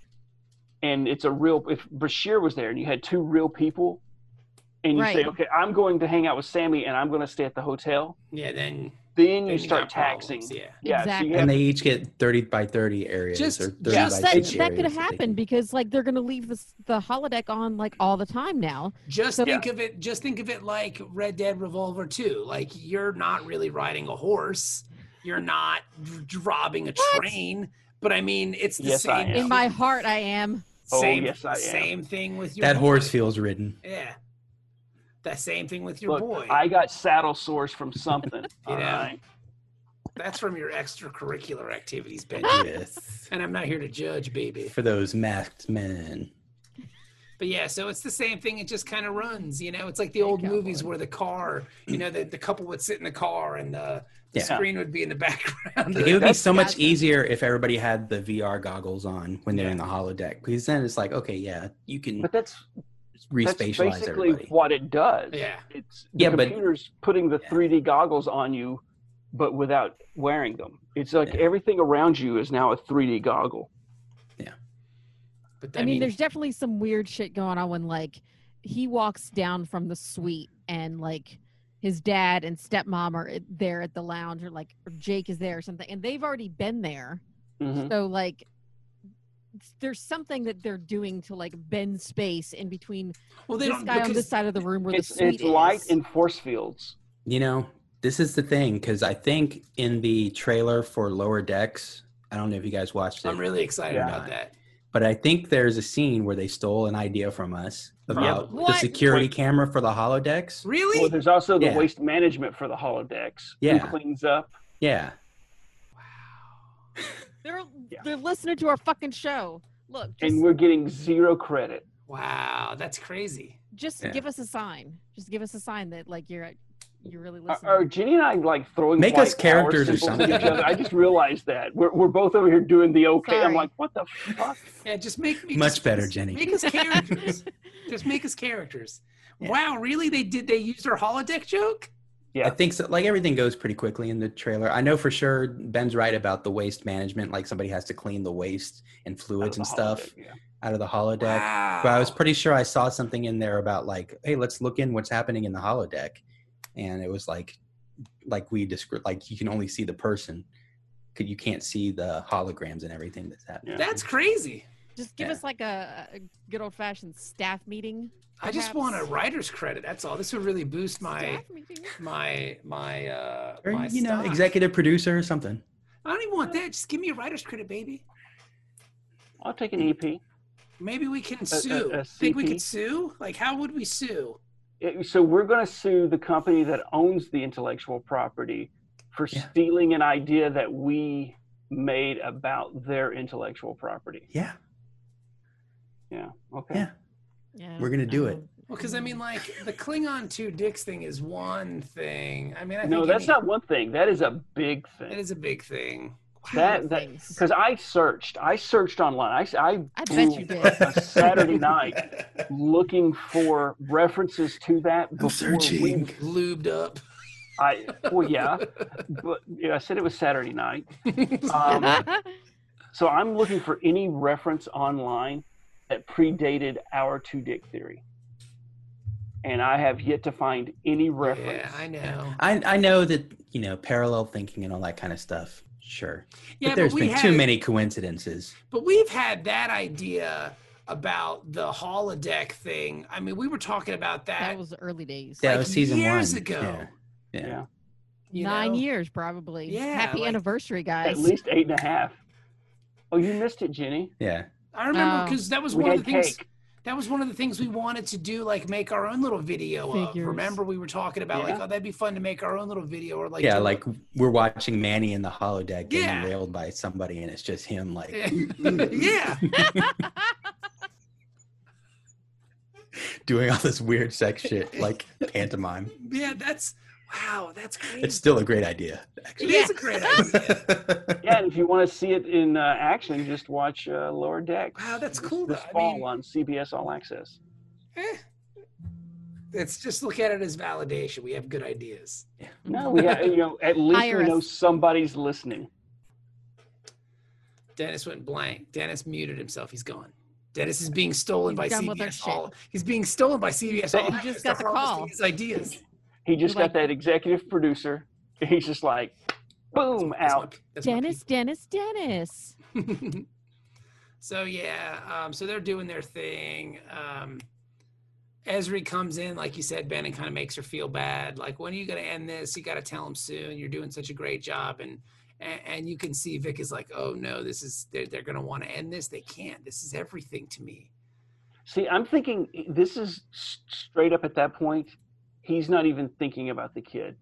and it's a real. If Bashir was there and you had two real people, and you say,
Right.
"Okay, I'm going to hang out with Sammy and I'm going to stay at the hotel,"
Yeah, then,
then you
then
start
got problems,
taxing.
Yeah.
Yeah, so
Exactly.
you
and
have,
they each get 30 by 30 areas
Just-
or 30
just
by
Yes, that
30
that could
areas they
happen
can-
because like they're gonna leave the the holodeck on like all the time now.
Just
So-
think of it. Just think of it like Red Dead Revolver Two. Like you're not really riding a horse. You're not dr- robbing a
What?
train. But I mean, it's the
Yes, I
same.
am. Yeah.
In my heart, I am.
Oh,
same,
yes, I am.
same thing with your
that
boy.
horse feels ridden.
Yeah. That same thing with your
look,
boy.
I got saddle sores from something. all
know.
right?
That's from your extracurricular activities, Benji.
Ah! yes.
and I'm not here to judge, baby.
For those masked men.
But yeah, so it's the same thing. It just kind of runs, you know. It's like the old
cowboy.
movies where the car, you know, the, the couple would sit in the car and the, the
Yeah.
screen would be in the background.
Like, it would be
That's-
so much
that's-
easier if everybody had the VR goggles on when they're in the holodeck because then it's like, okay, yeah, you can
But that's that's
respatialize
basically
everybody.
what it does.
yeah,
it's the
Yeah, but-
computer's putting the
Yeah.
3D goggles on you, but without wearing them. It's like
Yeah.
everything around you is now a 3D goggle.
but
I mean, there's definitely some weird shit going on when like he walks down from the suite and like his dad and stepmom are at- there at the lounge or like or Jake is there or something and they've already been there.
Mm-hmm.
Mhm.
So like s- there's something that they're doing to like bend space in between
well, they
this
don't
guy on this
because
side of the room where
It's
the suite
it's light
is.
and force fields.
You know, this is the thing because I think in the trailer for Lower Decks, I don't know if you guys watched it.
I'm really excited
Yeah.
about that.
but I think there's a scene where they stole an idea from us about
Probably.
the
What?
security camera for the holodecks.
Really?
Well, there's also the
Yeah.
waste management for the holodecks. Who
Yeah.
cleans up?
Yeah,
they're
Yeah.
they're listening to our fucking show. Look, just,
And we're getting zero credit.
wow, that's crazy.
just
Yeah.
give us a sign. Just give us a sign that like you're you're really
Are,
listening.
Uh, are Ginny and I like throwing
Make
white
us characters
power
or
symbols at
something.
Each other? I just realized that we're we're both over here doing the okay. I'm
Sorry.
like, what the fuck?
Yeah, just make me
Much
just-
better,
just
Jenny.
Make us characters. just make us characters. Wow, really? They did. They used our holodeck joke.
Yeah.
I think so. Like everything goes pretty quickly in the trailer. I know for sure Ben's right about the waste management. Like somebody has to clean the waste and fluids and
Out of the
stuff
holodeck, yeah.
out of the holodeck.
Wow.
But I was pretty sure I saw something in there about like, hey, let's look in what's happening in the holodeck, and it was like, like we descri- like you can only see the person, because you can't see the holograms and everything that's happening.
That's crazy.
Just give
Yeah.
us like a, a good old fashioned staff meeting.
I just
Perhaps.
want a writer's credit. That's all. This would really boost my
staff meeting.
my my uh
Or
my
you know,
stock.
executive producer or something.
I don't even want that. Just give me a writer's credit, baby.
I'll take an E EP.
Maybe we can sue.
a
Think we
CP?
could sue? Like, how would we sue?
it- so we're going to sue the company that owns the intellectual property for
Yeah.
stealing an idea that we made about their intellectual property.
Yeah,
Yeah. Okay.
Yeah.
Yeah,
We're gonna do it.
Well, because I mean, like the Klingon two dicks thing is one thing. I mean, I
No,
think
that's
any-
not one thing. That is a big
That
thing.
is a big thing.
That that because I searched. I searched online. I s- I
I bet you
blew
did.
a Saturday night looking for references to that before we
searching.
Lubed up.
I well yeah, but yeah, I said it was Saturday night. Um, So I'm looking for any reference online that predated our two dick theory. And I have yet to find any reference.
Yeah, I know.
I I know that you know parallel thinking and all that kind of stuff. Sure,
Yeah,
but there's
we
been
had,
too many coincidences.
But we've had that idea about the holodeck thing. I mean, we were talking about that,
Um,
That was early days.
Yeah, that
like,
was season
years
one.
ago.
Yeah. Yeah.
Yeah.
you
Nine
know?
years, probably.
Yeah,
Happy
like-
anniversary,
At
guys.
least eight and a half. Oh, you missed it, Jenny.
Yeah.
I remember
Oh.
because that was
we
one
had
of the things.
cake.
That was one of the things we wanted to do, like make our own little video
Figures.
of. Remember, we were talking about like,
Yeah.
oh, that'd be fun to make our own little video, or like,
yeah,
do a-
like we're watching Manny in the holodeck getting
Yeah.
railed by somebody, and it's just him like
yeah,
doing all this weird sex shit, like pantomime.
yeah. That's wow. That's crazy.
It's still a great idea,
It
actually.
is a great idea.
Yeah, and if you want to see it in uh, action, just watch uh, Lower Deck.
Wow, that's cool. Though.
This
I
fall
mean,
on CBS All Access.
eh. it's just look at it as validation. We have good ideas.
No, we have, you know, at least
Hire
we know
us.
somebody's listening.
Dennis went blank. Dennis muted himself. He's gone. Dennis is being stolen
He's
by
done with our
CBS.
shit.
All he's being stolen by CBS. All
He
just
They're
got the
harvesting
call.
His ideas.
He just
Like-
got that executive producer. He's just like, boom,
That's my-
out.
that's my
Dennis, Dennis, Dennis.
so yeah, um, so they're doing their thing. Um, Esri comes in, like you said, Ben, and kind of makes her feel bad. Like, when are you going to end this? You got to tell him soon. You're doing such a great job, and and, and you can see Vic is like, oh no, this is they're, they're going to want to end this. They can't. This is everything to me.
See, I'm thinking this is s- straight up at that point. He's not even thinking about the kid.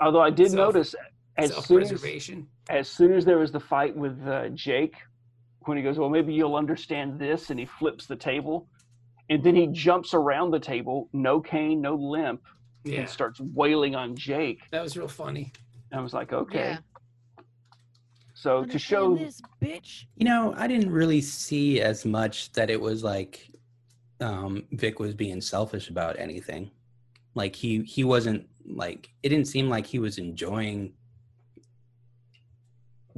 Although I did
Self-
notice as soon as,
Self-preservation.
as soon as there was the fight with uh, Jake, when he goes, well, maybe you'll understand this, and he flips the table, and then he jumps around the table, no cane, no limp,
Yeah,
and starts wailing on Jake.
that was real funny.
And I was like, okay.
Yeah.
So to
Understand
show
this, bitch.
You know, I didn't really see as much that it was like um, Vic was being selfish about anything. Like he he wasn't like it didn't seem like he was enjoying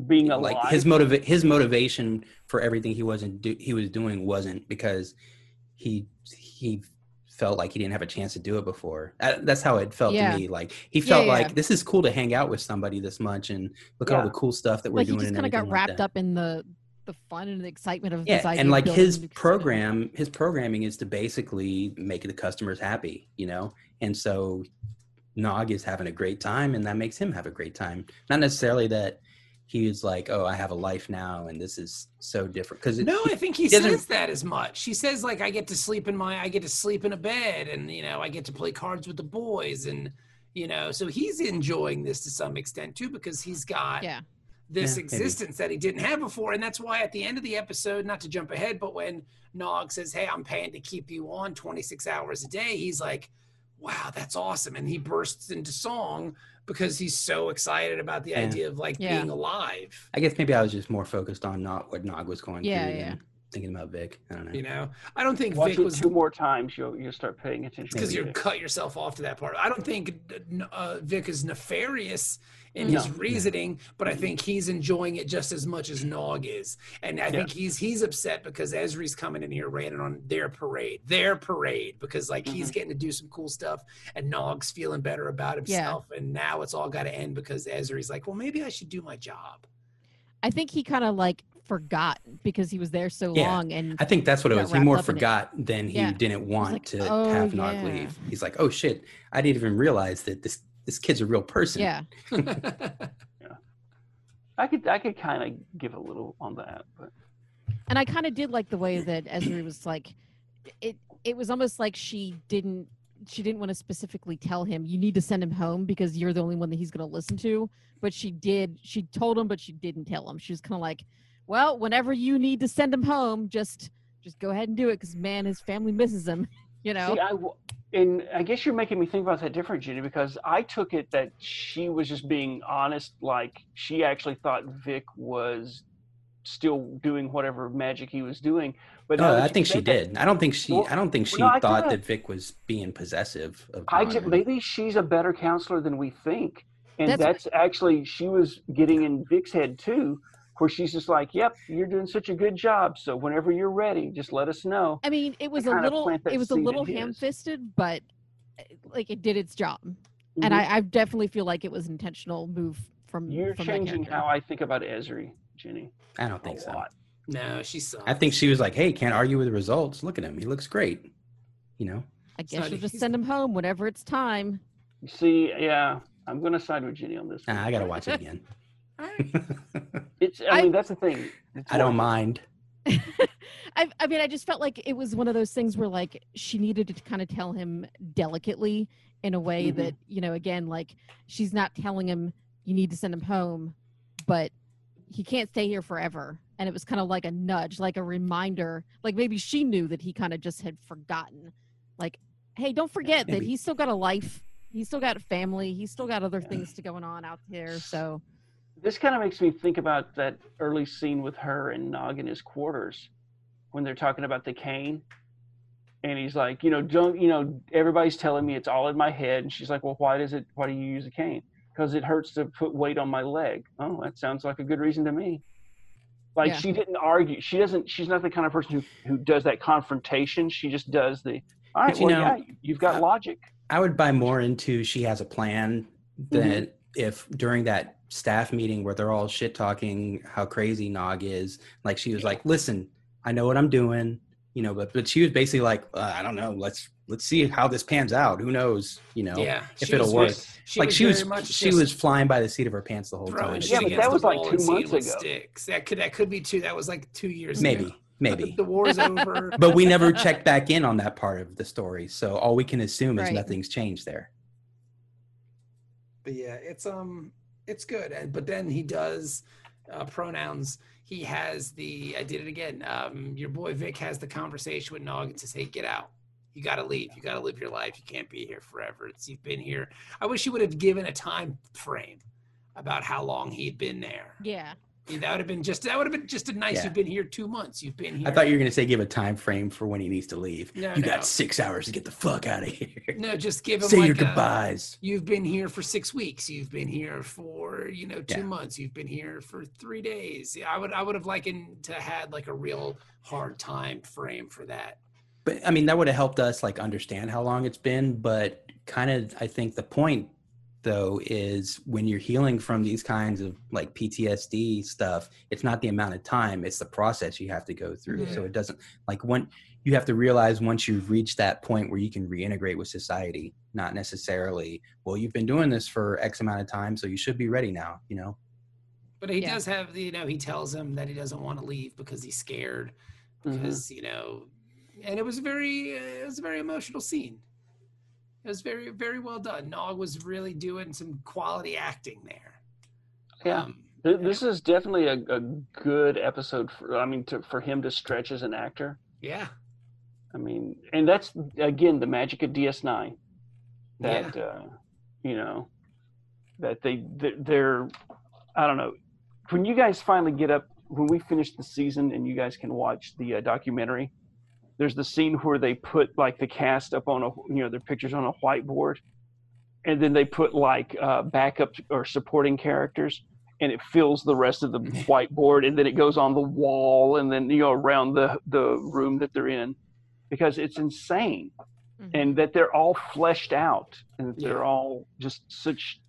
being alive,
like his motiv his motivation for everything he wasn't do- he was doing wasn't because he he felt like he didn't have a chance to do it before. Uh, That's how it felt
Yeah.
to me. Like he
Yeah,
felt
yeah,
like this is cool to hang out with somebody this much and look at all
Yeah.
the cool stuff that we're
Like he
doing.
just
and
kind of got
everything like
wrapped
that.
up in the the fun and the excitement of this
yeah
idea.
and
of
like
building a
his
new casino.
program his programming is to basically make the customers happy you know and so nog is having a great time and that makes him have a great time not necessarily that he's like oh i have a life now and this is so different because
No, I think he
doesn't-
says that as much. She says like I get to sleep in my I get to sleep in a bed and you know, I get to play cards with the boys and you know, so he's enjoying this to some extent too because he's got
Yeah.
this
Yeah, maybe.
existence that he didn't have before and that's why at the end of the episode, not to jump ahead, but when Nog says, "Hey, I'm paying to keep you on 26 hours a day." He's like, "Wow, that's awesome." And he bursts into song because he's so excited about the
Yeah.
idea of like
Yeah.
being alive.
i guess maybe i was just more focused on not what nog was going
Yeah,
through
yeah.
than thinking about vic i don't know
You know, I don't think
watch
Vic
it
was
two more times, you'll you'll start paying attention.
because
to
you
it.
cut yourself off to that part. I don't think uh, Vic is nefarious in his
No.
reasoning, but I think he's enjoying it just as much as Nog is, and I think he's he's upset because Esri's coming in here raining on their parade, their parade, because like
Mm-hmm.
he's getting to do some cool stuff, and Nog's feeling better about himself, and now it's all got to end because Esri's like, well, maybe I should do my job.
I think he kind of like forgot because he was there so
Yeah.
long and
I think that's what it
got
was. He
wrapped
more
up in it.
forgot than he
Yeah.
didn't want
like,
to
"Oh,
have Nog
yeah."
leave. He's like, "Oh shit, I didn't even realize that this this kid's a real person."
yeah.
I could I could kind of give a little on that, but
And I kind of did like the way that Esri was like, it. It was almost like she didn't. She didn't want to specifically tell him you need to send him home because you're the only one that he's going to listen to. But she did. She told him, but she didn't tell him. She was kind of like, well, whenever you need to send him home, just just go ahead and do it because man, his family misses him. You know.
see, I w- and I guess you're making me think about that different, Jenny, because I took it that she was just being honest, like she actually thought Vic was still doing whatever magic he was doing. But now
No,
that
I
you
think she
say that,
did. I don't think she.
Well,
I don't think she
no, I
thought
thought-
that Vic was being possessive of.
I
Connor.
ju- maybe she's a better counselor than we think, and that's,
That's-
actually she was getting in Vic's head too, where she's just like, "Yep, you're doing such a good job. So whenever you're ready, just let us know."
I mean, it was a
kinda
little,
plant that
it was a
seed in
little
his.
ham-fisted, but uh, like it did its job,
Mm-hmm.
and I, I definitely feel like it was an intentional move from.
You're
Mm-hmm. from that
changing
character.
how I think about Esri, Jenny.
I don't
A
think so.
lot.
No, she sucks.
Mm-hmm. I think she was like, "Hey, can't argue with the results. Look at him. He looks great." You know.
I
It's
guess
not-
you'll just
he's-
send him home whenever it's time.
You see, yeah, I'm going to side with Ginny on this. one.
Nah, I gotta watch it again.
All right.
It's. I,
I-
mean, that's the thing. It's
I don't
like-
mind.
I, I mean, I just felt like it was one of those things where like she needed to kind of tell him delicately in a way
Mhm.
that
Mm-hmm.
you know, again, like she's not telling him you need to send him home, but he can't stay here forever. And it was kind of like a nudge, like a reminder, like maybe she knew that he kind of just had forgotten, like, hey, don't forget that
maybe.
he's still got a life, he's still got a family, he's still got other things to going on out there. So
This kind of makes me think about that early scene with her and Nog in his quarters, when they're talking about the cane, and he's like, you know, don't, you know, everybody's telling me it's all in my head, and she's like, well, why does it? Why do you use a cane? Because it hurts to put weight on my leg. Oh, that sounds like a good reason to me. Like
Yeah.
she didn't argue. She doesn't. She's not the kind of person who who does that confrontation. She just does the. All right,
But you
well,
know,
yeah, you've got
I-
logic.
I would buy more into she has a plan than
Mm-hmm.
if during that staff meeting where they're all shit talking how crazy Nog is. Like she was like, "Listen, I know what I'm doing," you know. But but she was basically like, uh, "I don't know. Let's let's see how this pans out. Who knows? You know."
yeah.
if
she
it'll
was
work.
very- She
like
was
she was
very much
she
just
was flying by the seat of her pants the whole
throwing
time.
shit
Yeah, but
against
that
the
was like
wall
two
and seeing
months
what
ago.
Sticks. That could that could be two. That was like two years ago.
Maybe,
But the-
maybe.
the war's over.
But we never checked back in on that part of the story, so all we can assume is
Right.
nothing's changed there.
but yeah, it's um, it's good. And but then he does uh, pronouns. He has the. I did it again. Um, your boy Vic has the conversation with Nog and says, "Hey, get out. You got to leave. You got to live your life. You can't be here forever. It's, you've been here. I wish you would have given a time frame about how long he'd been there.
yeah,
Yeah, That would have been just. That would have been just a nice.
Yeah.
You've been here two months. You've been here.
I thought you were going to say give a time frame for when he needs to leave.
No,
you
no.
got six hours to get the fuck out of here.
No, just give him
Say
like
your
a-
goodbyes.
you've been here for six weeks you've been here for you know two
Yeah.
months you've been here for three days Yeah, i would i would have likened to had like a real hard time frame for that
But I mean, that would have helped us like understand how long it's been. But kind of, I think the point though is when you're healing from these kinds of like PTSD stuff, it's not the amount of time; it's the process you have to go through.
Mm-hmm.
So it doesn't like when you have to realize once you've reached that point where you can reintegrate with society, not necessarily well, you've been doing this for X amount of time, so you should be ready now. You know,
but he
Yeah.
does have the- you know he tells him that he doesn't want to leave because he's scared
Mhm.
because you know and it was very uh, it was a very emotional scene it was very very well done nog was really doing some quality acting there
Yeah.
um,
Th- This is definitely a, a good episode for I mean to, for him to stretch as an actor.
yeah
I mean, and that's again the magic of DS9 that uh, you know that they th- they're I don't know when you guys finally get up when we finish the season and you guys can watch the uh, documentary. There's the scene where they put like the cast up on a you know their pictures on a whiteboard, and then they put like uh, backup or supporting characters. And it fills the rest of the whiteboard, and then it goes on the wall, and then you know around the the room that they're in because it's insane
Mhm.
and that they're all fleshed out and that
Yeah.
they're all just such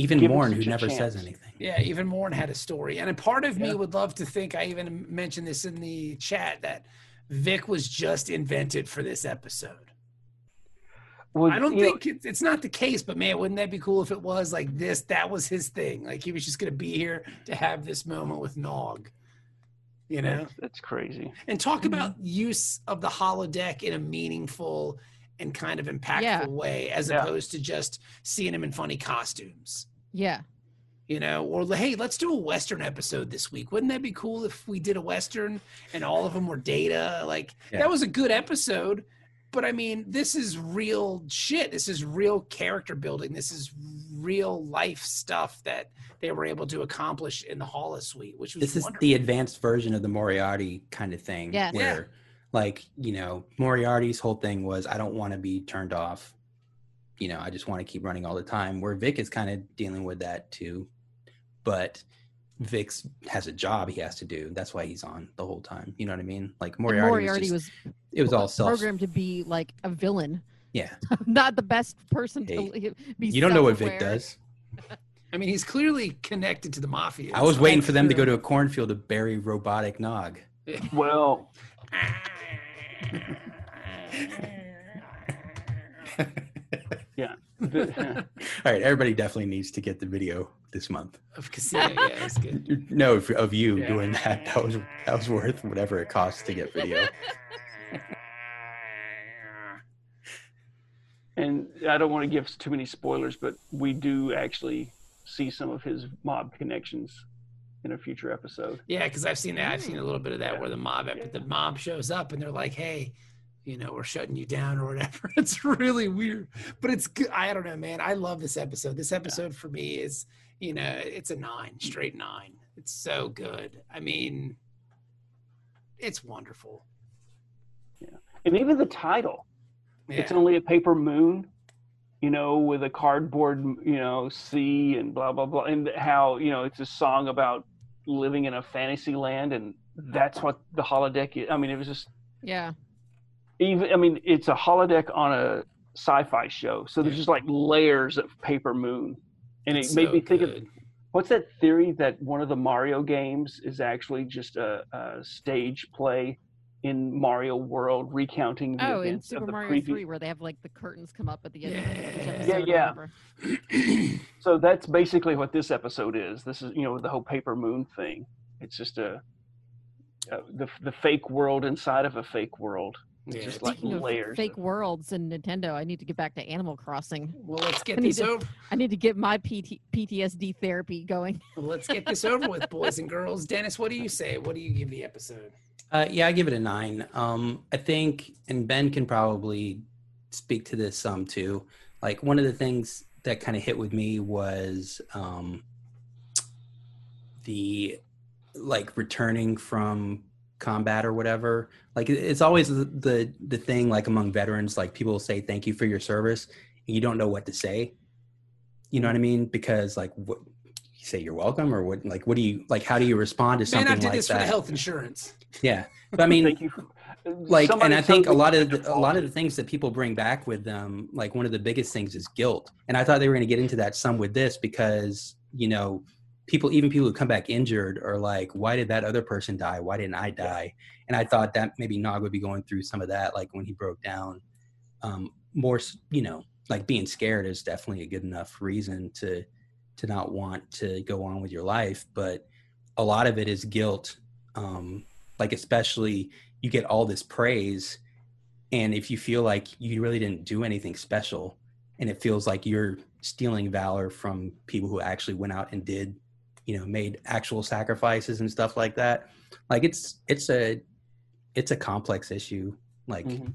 even
Give him
Morn, who
such a
never
chance.
says anything.
Yeah, even Morn had a story. And a part of me
Yeah.
would love to think I even mentioned this in the chat that Vic was just invented for this episode.
well,
I don't
you know,
think it, it's not the case, but man, wouldn't that be cool if it was like this? That was his thing. Like he was just going to be here to have this moment with Nog, you know?
that's, that's crazy
And talk
Mm-hmm.
about use of the holodeck in a meaningful and kind of impactful
Yeah.
way as
Yeah.
opposed to just seeing him in funny costumes.
yeah,
you know or hey let's do a western episode this week wouldn't that be cool if we did a western and all of them were data like
Yeah.
that was a good episode but i mean this is real shit this is real character building this is real life stuff that they were able to accomplish in the Hollis suite which was
this is
wonderful.
the advanced version of the Moriarty kind of thing.
Yes.
Where, like, you know, Moriarty's whole thing was, I don't want to be turned off. You know, I just want to keep running all the time. Where Vic is kind of dealing with that too. But Vic's has a job he has to do. That's why he's on the whole time. You know what I mean? Like
And
Moriarty,
Moriarty,
was, just-
was
it was all self.
programmed to be like a villain.
Yeah.
not the best person to
Hey,
li- be.
You don't know what Vic
self-aware.
does.
i mean he's clearly connected to the mafia
I was waiting
That's
for them to
true.
go to a cornfield to bury robotic Nog.
Well, the,
All right, everybody definitely needs to get the video this month.
of casino. Yeah, that's good.
No, of- of you
Yeah.
doing that. That was that was worth whatever it costs to get video.
and I don't want to give too many spoilers, but we do actually see some of his mob connections in a future episode.
Yeah, because I've seen that. I've
Mm.
seen a little bit of that where the mob after the mob shows up and they're like, "Hey, you know, we're shutting you down or whatever." It's really weird, but it's good. I don't know, man. I love this episode. This episode for me is, you know, it's a nine, straight nine. It's so good. I mean, it's wonderful.
And even the title,
Yeah.
it's only a paper moon, you know, with a cardboard, you know, sea and blah, blah, blah. And how, you know, it's a song about living in a fantasy land. And that's what the holodeck is. I mean, it was just
Yeah.
even i mean it's a holodeck on a sci-fi show so there's just like layers of paper moon and it
It's
made
so
me think of
good.
what's that theory that one of the mario games is actually just a, a stage play in mario world recounting the
Oh, in
events
Super
of the
Mario
previous
3, where they have like the curtains come up at the end. Of each
Yeah.
episode
Yeah,
or
yeah.
whatever.
so that's basically what this episode is this is you know the whole paper moon thing it's just a uh, the, the fake world inside of a fake world
Yeah,
just
it's-
like
Speaking of
layers
fake
of-
worlds and Nintendo, I need to get back to Animal Crossing.
well, let's
I
get
need
this
to-
over.
I need to get my PT- PTSD therapy going.
Let's get this over with, boys and girls. Dennis, what do you say? What do you give the episode?
Uh, yeah, I give it a nine. Um, I think, and Ben can probably speak to this some too. Like one of the things that kind of hit with me was um, the like returning from combat or whatever. Like it- it's always the, the the thing like among veterans, like people will say thank you for your service, and you don't know what to say. You know what I mean? Because like what you say you're welcome or what like what do you like how do you respond to
Man,
something
I did
like
this
that?
for the health insurance.
Yeah, but I mean,
Thank you for- uh,
like,
Somebody
and I think a
told me
lot of
to
the, a lot of the things that people bring back with them, like one of the biggest things is guilt. And I thought they were going to get into that some with this because you know, people, even people who come back injured, are like, "Why did that other person die? Why didn't I die?" And I thought that maybe Nog would be going through some of that, like when he broke down. Um, more, s- you know, like being scared is definitely a good enough reason to to not want to go on with your life, but a lot of it is guilt. Um, like especially you get all this praise and if you feel like you really didn't do anything special and it feels like you're stealing valor from people who actually went out and did you know made actual sacrifices and stuff like that like it's it's a it's a complex issue like
Mhm.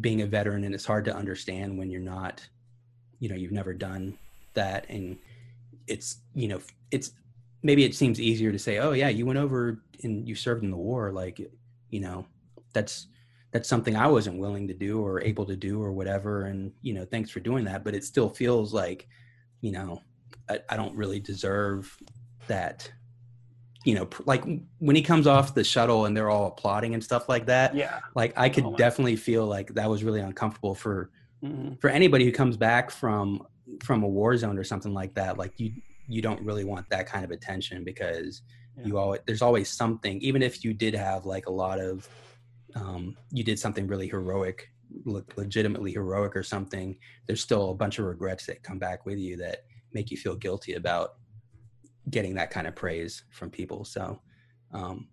being a veteran and it's hard to understand when you're not you know you've never done that and it's you know it's maybe it seems easier to say oh yeah you went over and you served in the war like you know that's that's something i wasn't willing to do or able to do or whatever and you know thanks for doing that but it still feels like you know i, I don't really deserve that you know pr- like when he comes off the shuttle and they're all applauding and stuff like that
yeah
like i could
Oh, wow.
definitely feel like that was really uncomfortable for
Mhm.
for anybody who comes back from from a war zone or something like that like you you don't really want that kind of attention because you always there's always something even if you did have like a lot of um you did something really heroic le- legitimately heroic or something there's still a bunch of regrets that come back with you that make you feel guilty about getting that kind of praise from people so um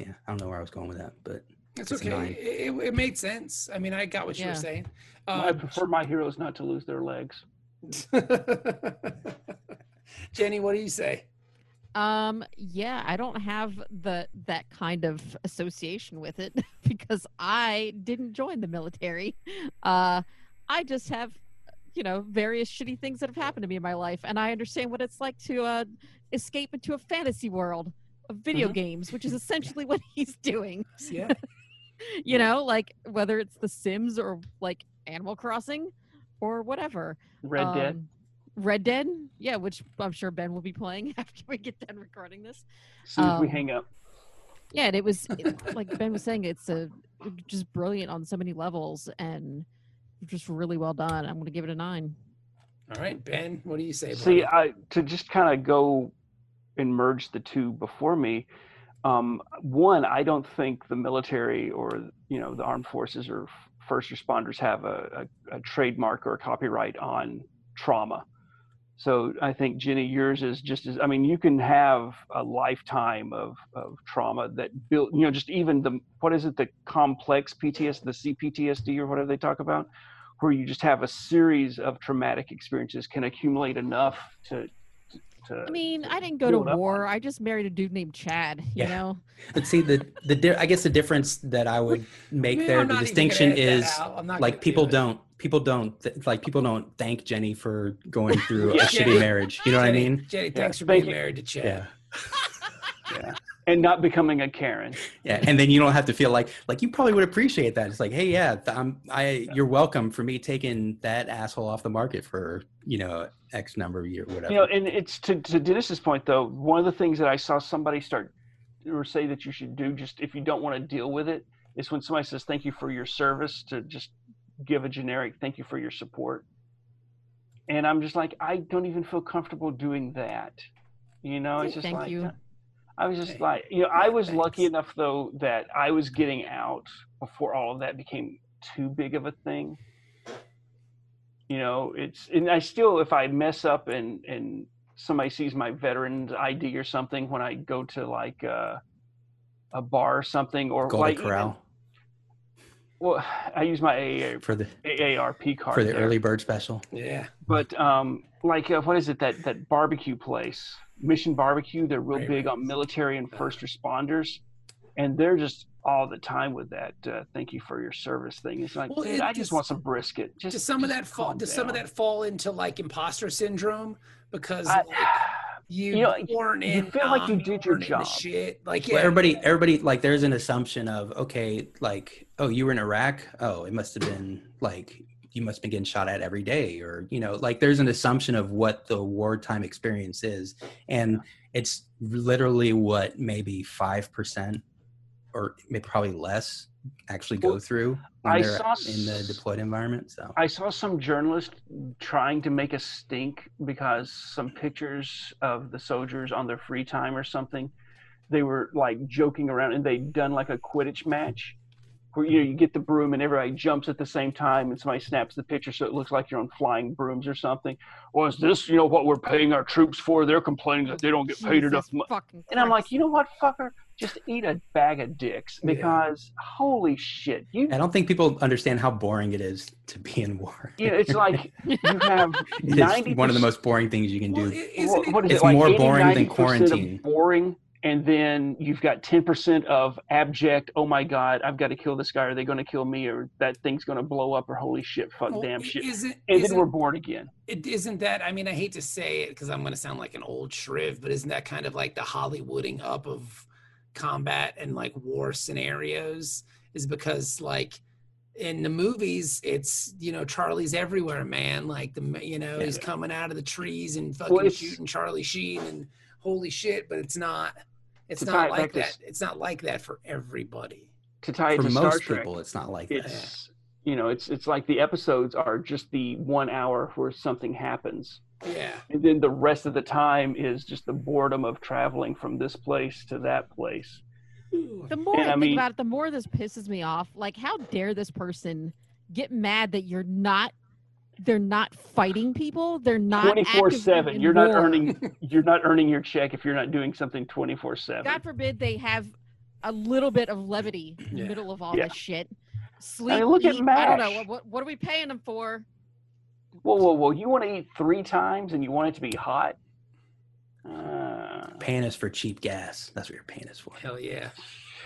yeah i don't know where i was going with that but
It's
It's
okay.
nine.
It, it- it made sense. I mean, I got what you
Yeah.
were saying.
I
Um,
Uh,
prefer my heroes not to lose their legs.
Jenny, what do you say?
Um, yeah, I don't have the that kind of association with it because I didn't join the military. Uh, I just have, you know, various shitty things that have happened to me in my life, and I understand what it's like to uh, escape into a fantasy world of video games, which is essentially what he's doing.
Yeah.
you know, like whether it's The Sims or like Animal Crossing or whatever.
Red Dead.
Um, Red Dead, yeah, which I'm sure Ben will be playing after we get done recording this.
As soon as we
um,
hang up.
Yeah, and it was it- like Ben was saying, it's a just brilliant on so many levels and just really well done. I'm gonna give it a nine.
All right, Ben, what do you say?
See,
brother?
I to just kind of go and merge the two before me. Um, one, I don't think the military or you know the armed forces or f- first responders have a, a, a trademark or a copyright on trauma. So I think Jenny, yours is just as I mean, you can have a lifetime of, of trauma that built, you know, just even the what is it, the complex PTSD, the CPTSD or whatever they talk about, where you just have a series of traumatic experiences can accumulate enough to. to
I mean, I didn't go to
build up
war. I just married a dude named Chad. You
Yeah.
know,
But see, the the di- I guess the difference that I would make
Man,
there,
I'm
the
not even
distinction
gonna edit that
is
out. I'm not
like
gonna
people
do it.
don't people don't th- like people don't thank Jenny for going through
Yeah.
a shitty marriage. You know what I
Jenny-
mean?
Jenny, thanks for
Thank
being
you.
married to Chad.
Yeah.
and not becoming a Karen.
Yeah, and then you don't have to feel like like you probably would appreciate that. It's like, hey, yeah, th- I'm I you're welcome for me taking that asshole off the market for you know X number of year whatever.
You know, and it's to, to Dennis's point though. One of the things that I saw somebody start or say that you should do, just if you don't want to deal with it, is when somebody says "thank you for your service" to just give a generic "thank you for your support." And I'm just like, I don't even feel comfortable doing that. You know, it's just
Thank
like,
you.
I was just
Hey.
like, you know, I was lucky
Thanks.
enough though that I was getting out before all of that became too big of a thing. You know, it's and I still if I mess up and and somebody sees my veteran's ID or something when I go to like uh, a bar or something or
Golden
like even-
Corral
well, I use my AA,
for the
AARP card
for the
there.
early bird special.
Yeah.
but um like uh, what is it that that barbecue place mission barbecue they're real
Right,
big
right.
on military and first responders and they're just all the time with that uh, thank you for your service thing it's like
Well,
dude
it-
i just
does-
want some brisket just
Does some of
just
that fall?
calm
Does some of
down."
that fall into like imposter syndrome? Because
I-
like, you,
you know,
born
you
in,
feel like you
I'm
did
born
your
in the
job.
Shit, like yeah,
Well, everybody, everybody, like, there's an assumption of, okay, like, oh, you were in Iraq. Oh, it must have been like you must have been getting shot at every day, or you know, like, there's an assumption of what the wartime experience is, and it's literally what maybe five percent, or maybe probably less, actually go
Well,
through when
I
they're
saw
in the
s-
deployed environment. So
I saw some journalist trying to make a stink because some pictures of the soldiers on their free time or something, they were like joking around and they'd done like a Quidditch match where you know you get the broom and everybody jumps at the same time and somebody snaps the picture so it looks like you're on flying brooms or something. Or is this you know what we're paying our troops for? They're complaining that they don't get paid enough
Jesus
money.
fucking
And I'm like,
Christ.
you know what, fucker? Just eat a bag of dicks
Yeah.
because holy shit, you
I don't think people understand how boring it is to be in war.
you know, it's like you have ninety
It's one of the most boring things you can
Well,
do.
i- isn't
What-
it-
what is
It's
it, like
more
80,
boring than
90% of
quarantine.
Boring, and then you've got ten percent of abject. Oh my god, I've got to kill this guy. Are they going to kill me? Or that thing's going to blow up? Or holy shit, fuck,
well,
damn shit.
Isn't,
And then
isn't-
we're bored again.
it isn't that i mean i hate to say it because i'm going to sound like an old shriv but isn't that kind of like the hollywooding up of combat and like war scenarios is because like in the movies it's you know charlie's everywhere man like the ma- you know he's coming out of the trees and fucking
it's-
shooting charlie sheen and holy shit but it's not it's
To tie
not
it
like
back to
that
s-
it's not like that for everybody
To tie it
For
to Star
most
Trek,
people, it's not like that.
it's you know, it's it's like the episodes are just the one hour where something happens.
yeah
And then the rest of the time is just the boredom of traveling from this place to that place.
The more
And
I
I
think
mean-
about it, the more this pisses me off. Like, how dare this person get mad that you're not? They're not fighting people. They're not
Twenty
actively
four seven.
in
You're not
war.
earning. You're not earning your check if you're not doing something twenty four seven.
God forbid they have a little bit of levity in the
Yeah.
middle of all
Yeah.
this shit. Sleep.
look at
eat, I don't know
MASH.
what, what. What are we paying them for?
Whoa, whoa, whoa! You want to eat three times and you want it to be hot? Uh,
paying us for cheap gas. That's what you're paying us for.
hell yeah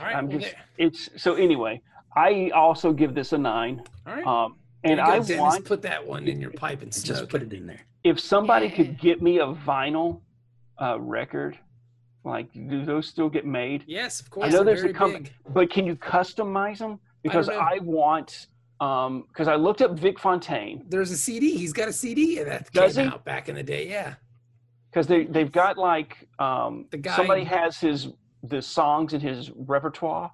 all
I'm
well,
just-
there-
it's so. Anyway, I also give this a nine.
all right
Um,
There
and
you
I
go, Dennis,
want
put that one in your pipe and
Just
smoke
put
it.
it in there.
if somebody
Yeah.
could get me a vinyl uh, record, like do those still get made?
Yes, of course.
I know
they're
there's a
very
company,
big.
but can you customize them? Because
know.
I, want, um, because I looked up Vic Fontaine.
There's a CD. He's got a CD that
Does
came
he?
out back in the day. Yeah.
because they they've got like um
The guy-
somebody has his the songs in his repertoire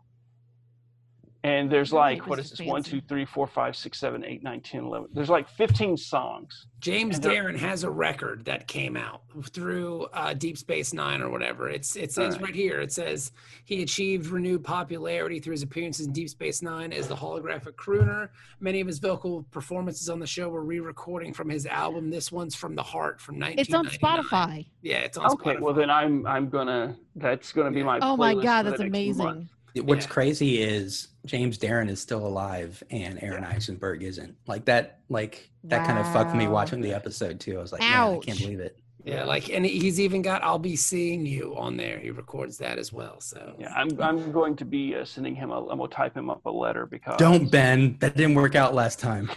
And there's
Really
like
was
what is
just
this? One,
fancy.
two, three, four, five, six, seven, eight, nine, ten, eleven. There's like 15 songs.
James
And they're-
Darren has a record that came out through uh, Deep Space Nine or whatever. It's it says
Alright.
right here. It says he achieved renewed popularity through his appearances in Deep Space Nine as the holographic crooner. Many of his vocal performances on the show were re-recording from his album. This one's from the heart from 19.
It's on Spotify.
Yeah, it's on
Okay,
Spotify.
well then I'm I'm gonna. That's gonna be my.
Oh my
playlist
god,
for the
that's
next month.
amazing.
What's
Yeah.
crazy is James Darren is still alive and Aaron Eisenberg isn't. Like that, like that kind of fucked me
Wow.
watching the episode too. I was like, man, I can't
Ouch.
believe it.
yeah, like and he's even got "I'll Be Seeing You" on there. He records that as well. So
Yeah, I'm I'm going to be uh, sending him. A, I'm gonna type him up a letter because
Don't Ben. That didn't work out last time.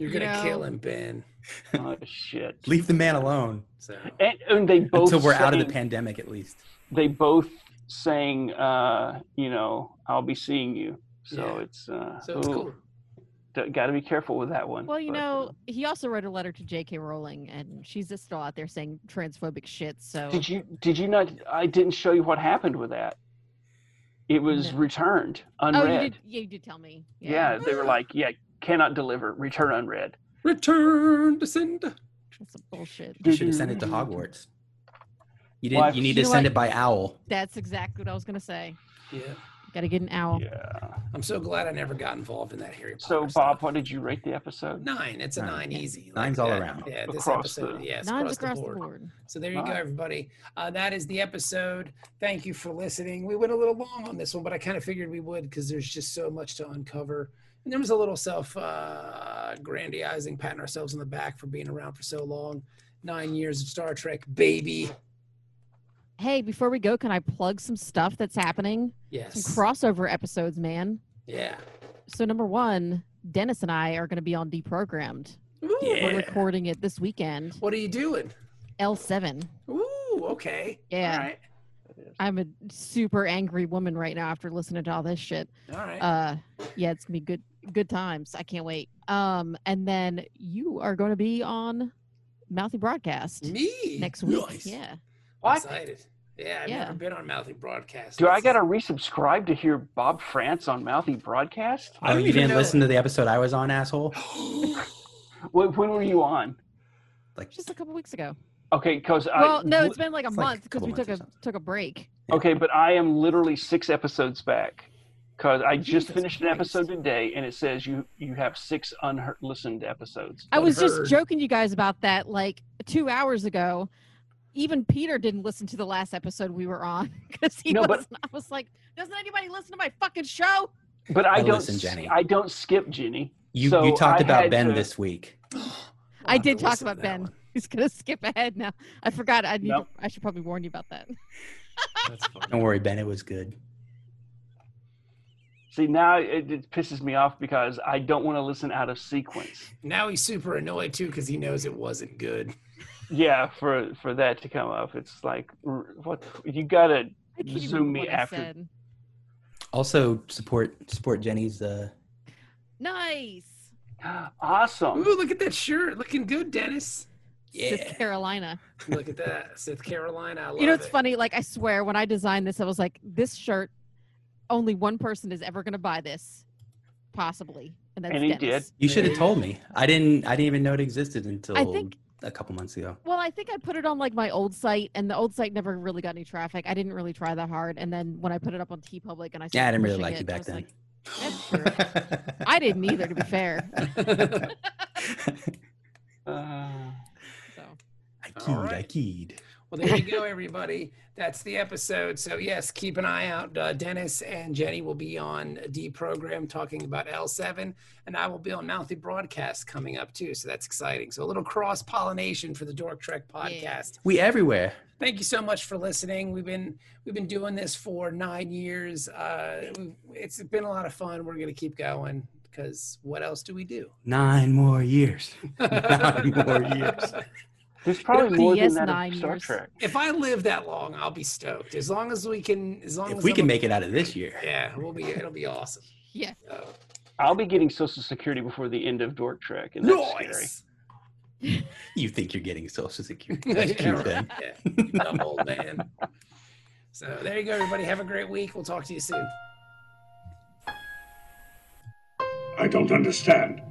you're gonna
No.
kill him, Ben.
Oh, shit.
Leave the man alone
So
And, and they
Oh,
both
until we're out of the
sang-
pandemic, at least.
they both sang uh you know i'll be seeing you so
Yeah.
it's uh
so it's cool.
got to be careful with that one
Well, you
but, uh,
know, he also wrote a letter to J.K. Rowling, and she's just still out there saying transphobic shit. So
did you did you not i didn't show you what happened with that it was
No.
returned
oh,
unread
you did, yeah, you did tell me.
yeah. they were like yeah cannot deliver return unread
Return to sender.
that's some bullshit.
You should have sent it to Hogwarts. You
Well,
didn't. You need
you
to
know
send
what?
it by owl.
That's exactly what I was gonna say.
Yeah.
Got to get an owl.
yeah
I'm so glad I never got involved in that Harry Potter.
so
stuff.
bob what did you rate the episode
nine. It's a nine,
Nine.
easy.
Nine's all
that.
around.
Yeah, this
Across
episode.
the-
yes,
Nines
across, the board. So there you go,
Nine.
everybody. Uh, that is the episode. Thank you for listening. We went a little long on this one, but I kind of figured we would because there's just so much to uncover. And there was a little self uh, grandizing, patting ourselves on the back for being around for so long. Nine years of Star Trek, baby.
Hey, before we go, can I plug some stuff that's happening? Some
Yes.
crossover episodes, man.
Yeah.
So number one, Dennis and I are going to be on Deprogrammed.
Ooh,
We're
yeah.
recording it this weekend.
What are you doing?
L7.
Ooh, okay.
Yeah.
All right.
I'm a super angry woman right now after listening to all this shit.
All right.
Uh, yeah, it's gonna be good, good times. I can't wait. Um, and then you are going to be on Mouthy Broadcast
Me
next week.
Nice.
Yeah.
what
Excited. Yeah, I've
Yeah.
never been on Mouthy Broadcast.
do i
It's-
gotta resubscribe to hear bob france on mouthy broadcast
I
Oh,
don't
you
even
didn't
know-
listen to the episode I was on, asshole.
when, when were you on
Like,
Just a couple weeks ago.
okay because
well,
i
no, it's been like a
it's like a
month because
couple
we took a
months or
took a break.
Okay, but I am literally six episodes back because I just
Jesus
finished an
Christ.
episode today, and it says you you have six unlistened episodes.
I was just
Unheard.
joking you guys about that like two hours ago. Even Peter didn't listen to the last episode we were on because he
No, but-
was. I was like, doesn't anybody listen to my fucking show?
But I
I
don't
listen,
s-
Jenny.
I don't skip Jenny.
you
So
you talked
I
about
had
Ben
to-
this week.
I'll
I
have
did
to
talk
listen to
about
that
Ben.
one.
He's gonna skip ahead now. I forgot. I need.
Nope.
To, I should probably warn you about that.
That's funny.
Don't worry, Ben. It was good.
See now it, it pisses me off because I don't want to listen out of sequence.
Now he's super annoyed too because he knows it wasn't good.
Yeah, for for that to come up, it's like r- what you gotta.
I can't even
Zoom
remember
me
what
after.
I said.
Also support support Jenny's uh,
Nice.
Ooh,
Awesome.
look at that shirt, looking good, Dennis.
This Carolina.
Look at that, South Carolina. I love
you know, it's
it.
funny. Like I swear, when I designed this, I was like, this shirt. Only one person is ever gonna buy this, possibly, and that's
And he
Dennis.
You should have told me. I didn't. I didn't even know it existed until
I think-
a couple months ago.
Well, I think I put it on like my old site, and the old site never really got any traffic. I didn't really try that hard, and then when I put it up on T Public, and I
Yeah, I
started
didn't really
pushing
like
it,
you
I
back
was
then.
like, That's true. I didn't either, to be fair.
Uh,
So
I
All
keyed. I
right.
keyed.
Well, there you go, everybody. That's the episode. So yes, keep an eye out. Uh, Dennis and Jenny will be on D program talking about L7, and I will be on Mouthy Broadcast coming up too. So that's exciting. So a little cross pollination for the Dork Trek podcast.
We everywhere.
thank you so much for listening we've been we've been doing this for nine years uh we've, it's been a lot of fun we're gonna keep going because what else do we do
Nine more years. Nine more years.
there's probably more than
DS
that
nine
of Star
years.
Trek.
if i live that long i'll be stoked as long as we can as long
If
as
we
I'm
can
a-
make it out of this year,
yeah we'll be it'll be awesome
yeah,
so,
I'll be getting Social Security before the end of Dork Trek, and that's scary.
noise
you think you're getting Social Security. That's
Yeah,
true, Ben.
right. Yeah, dumb old man so there you go everybody have a great week we'll talk to you soon
I don't understand.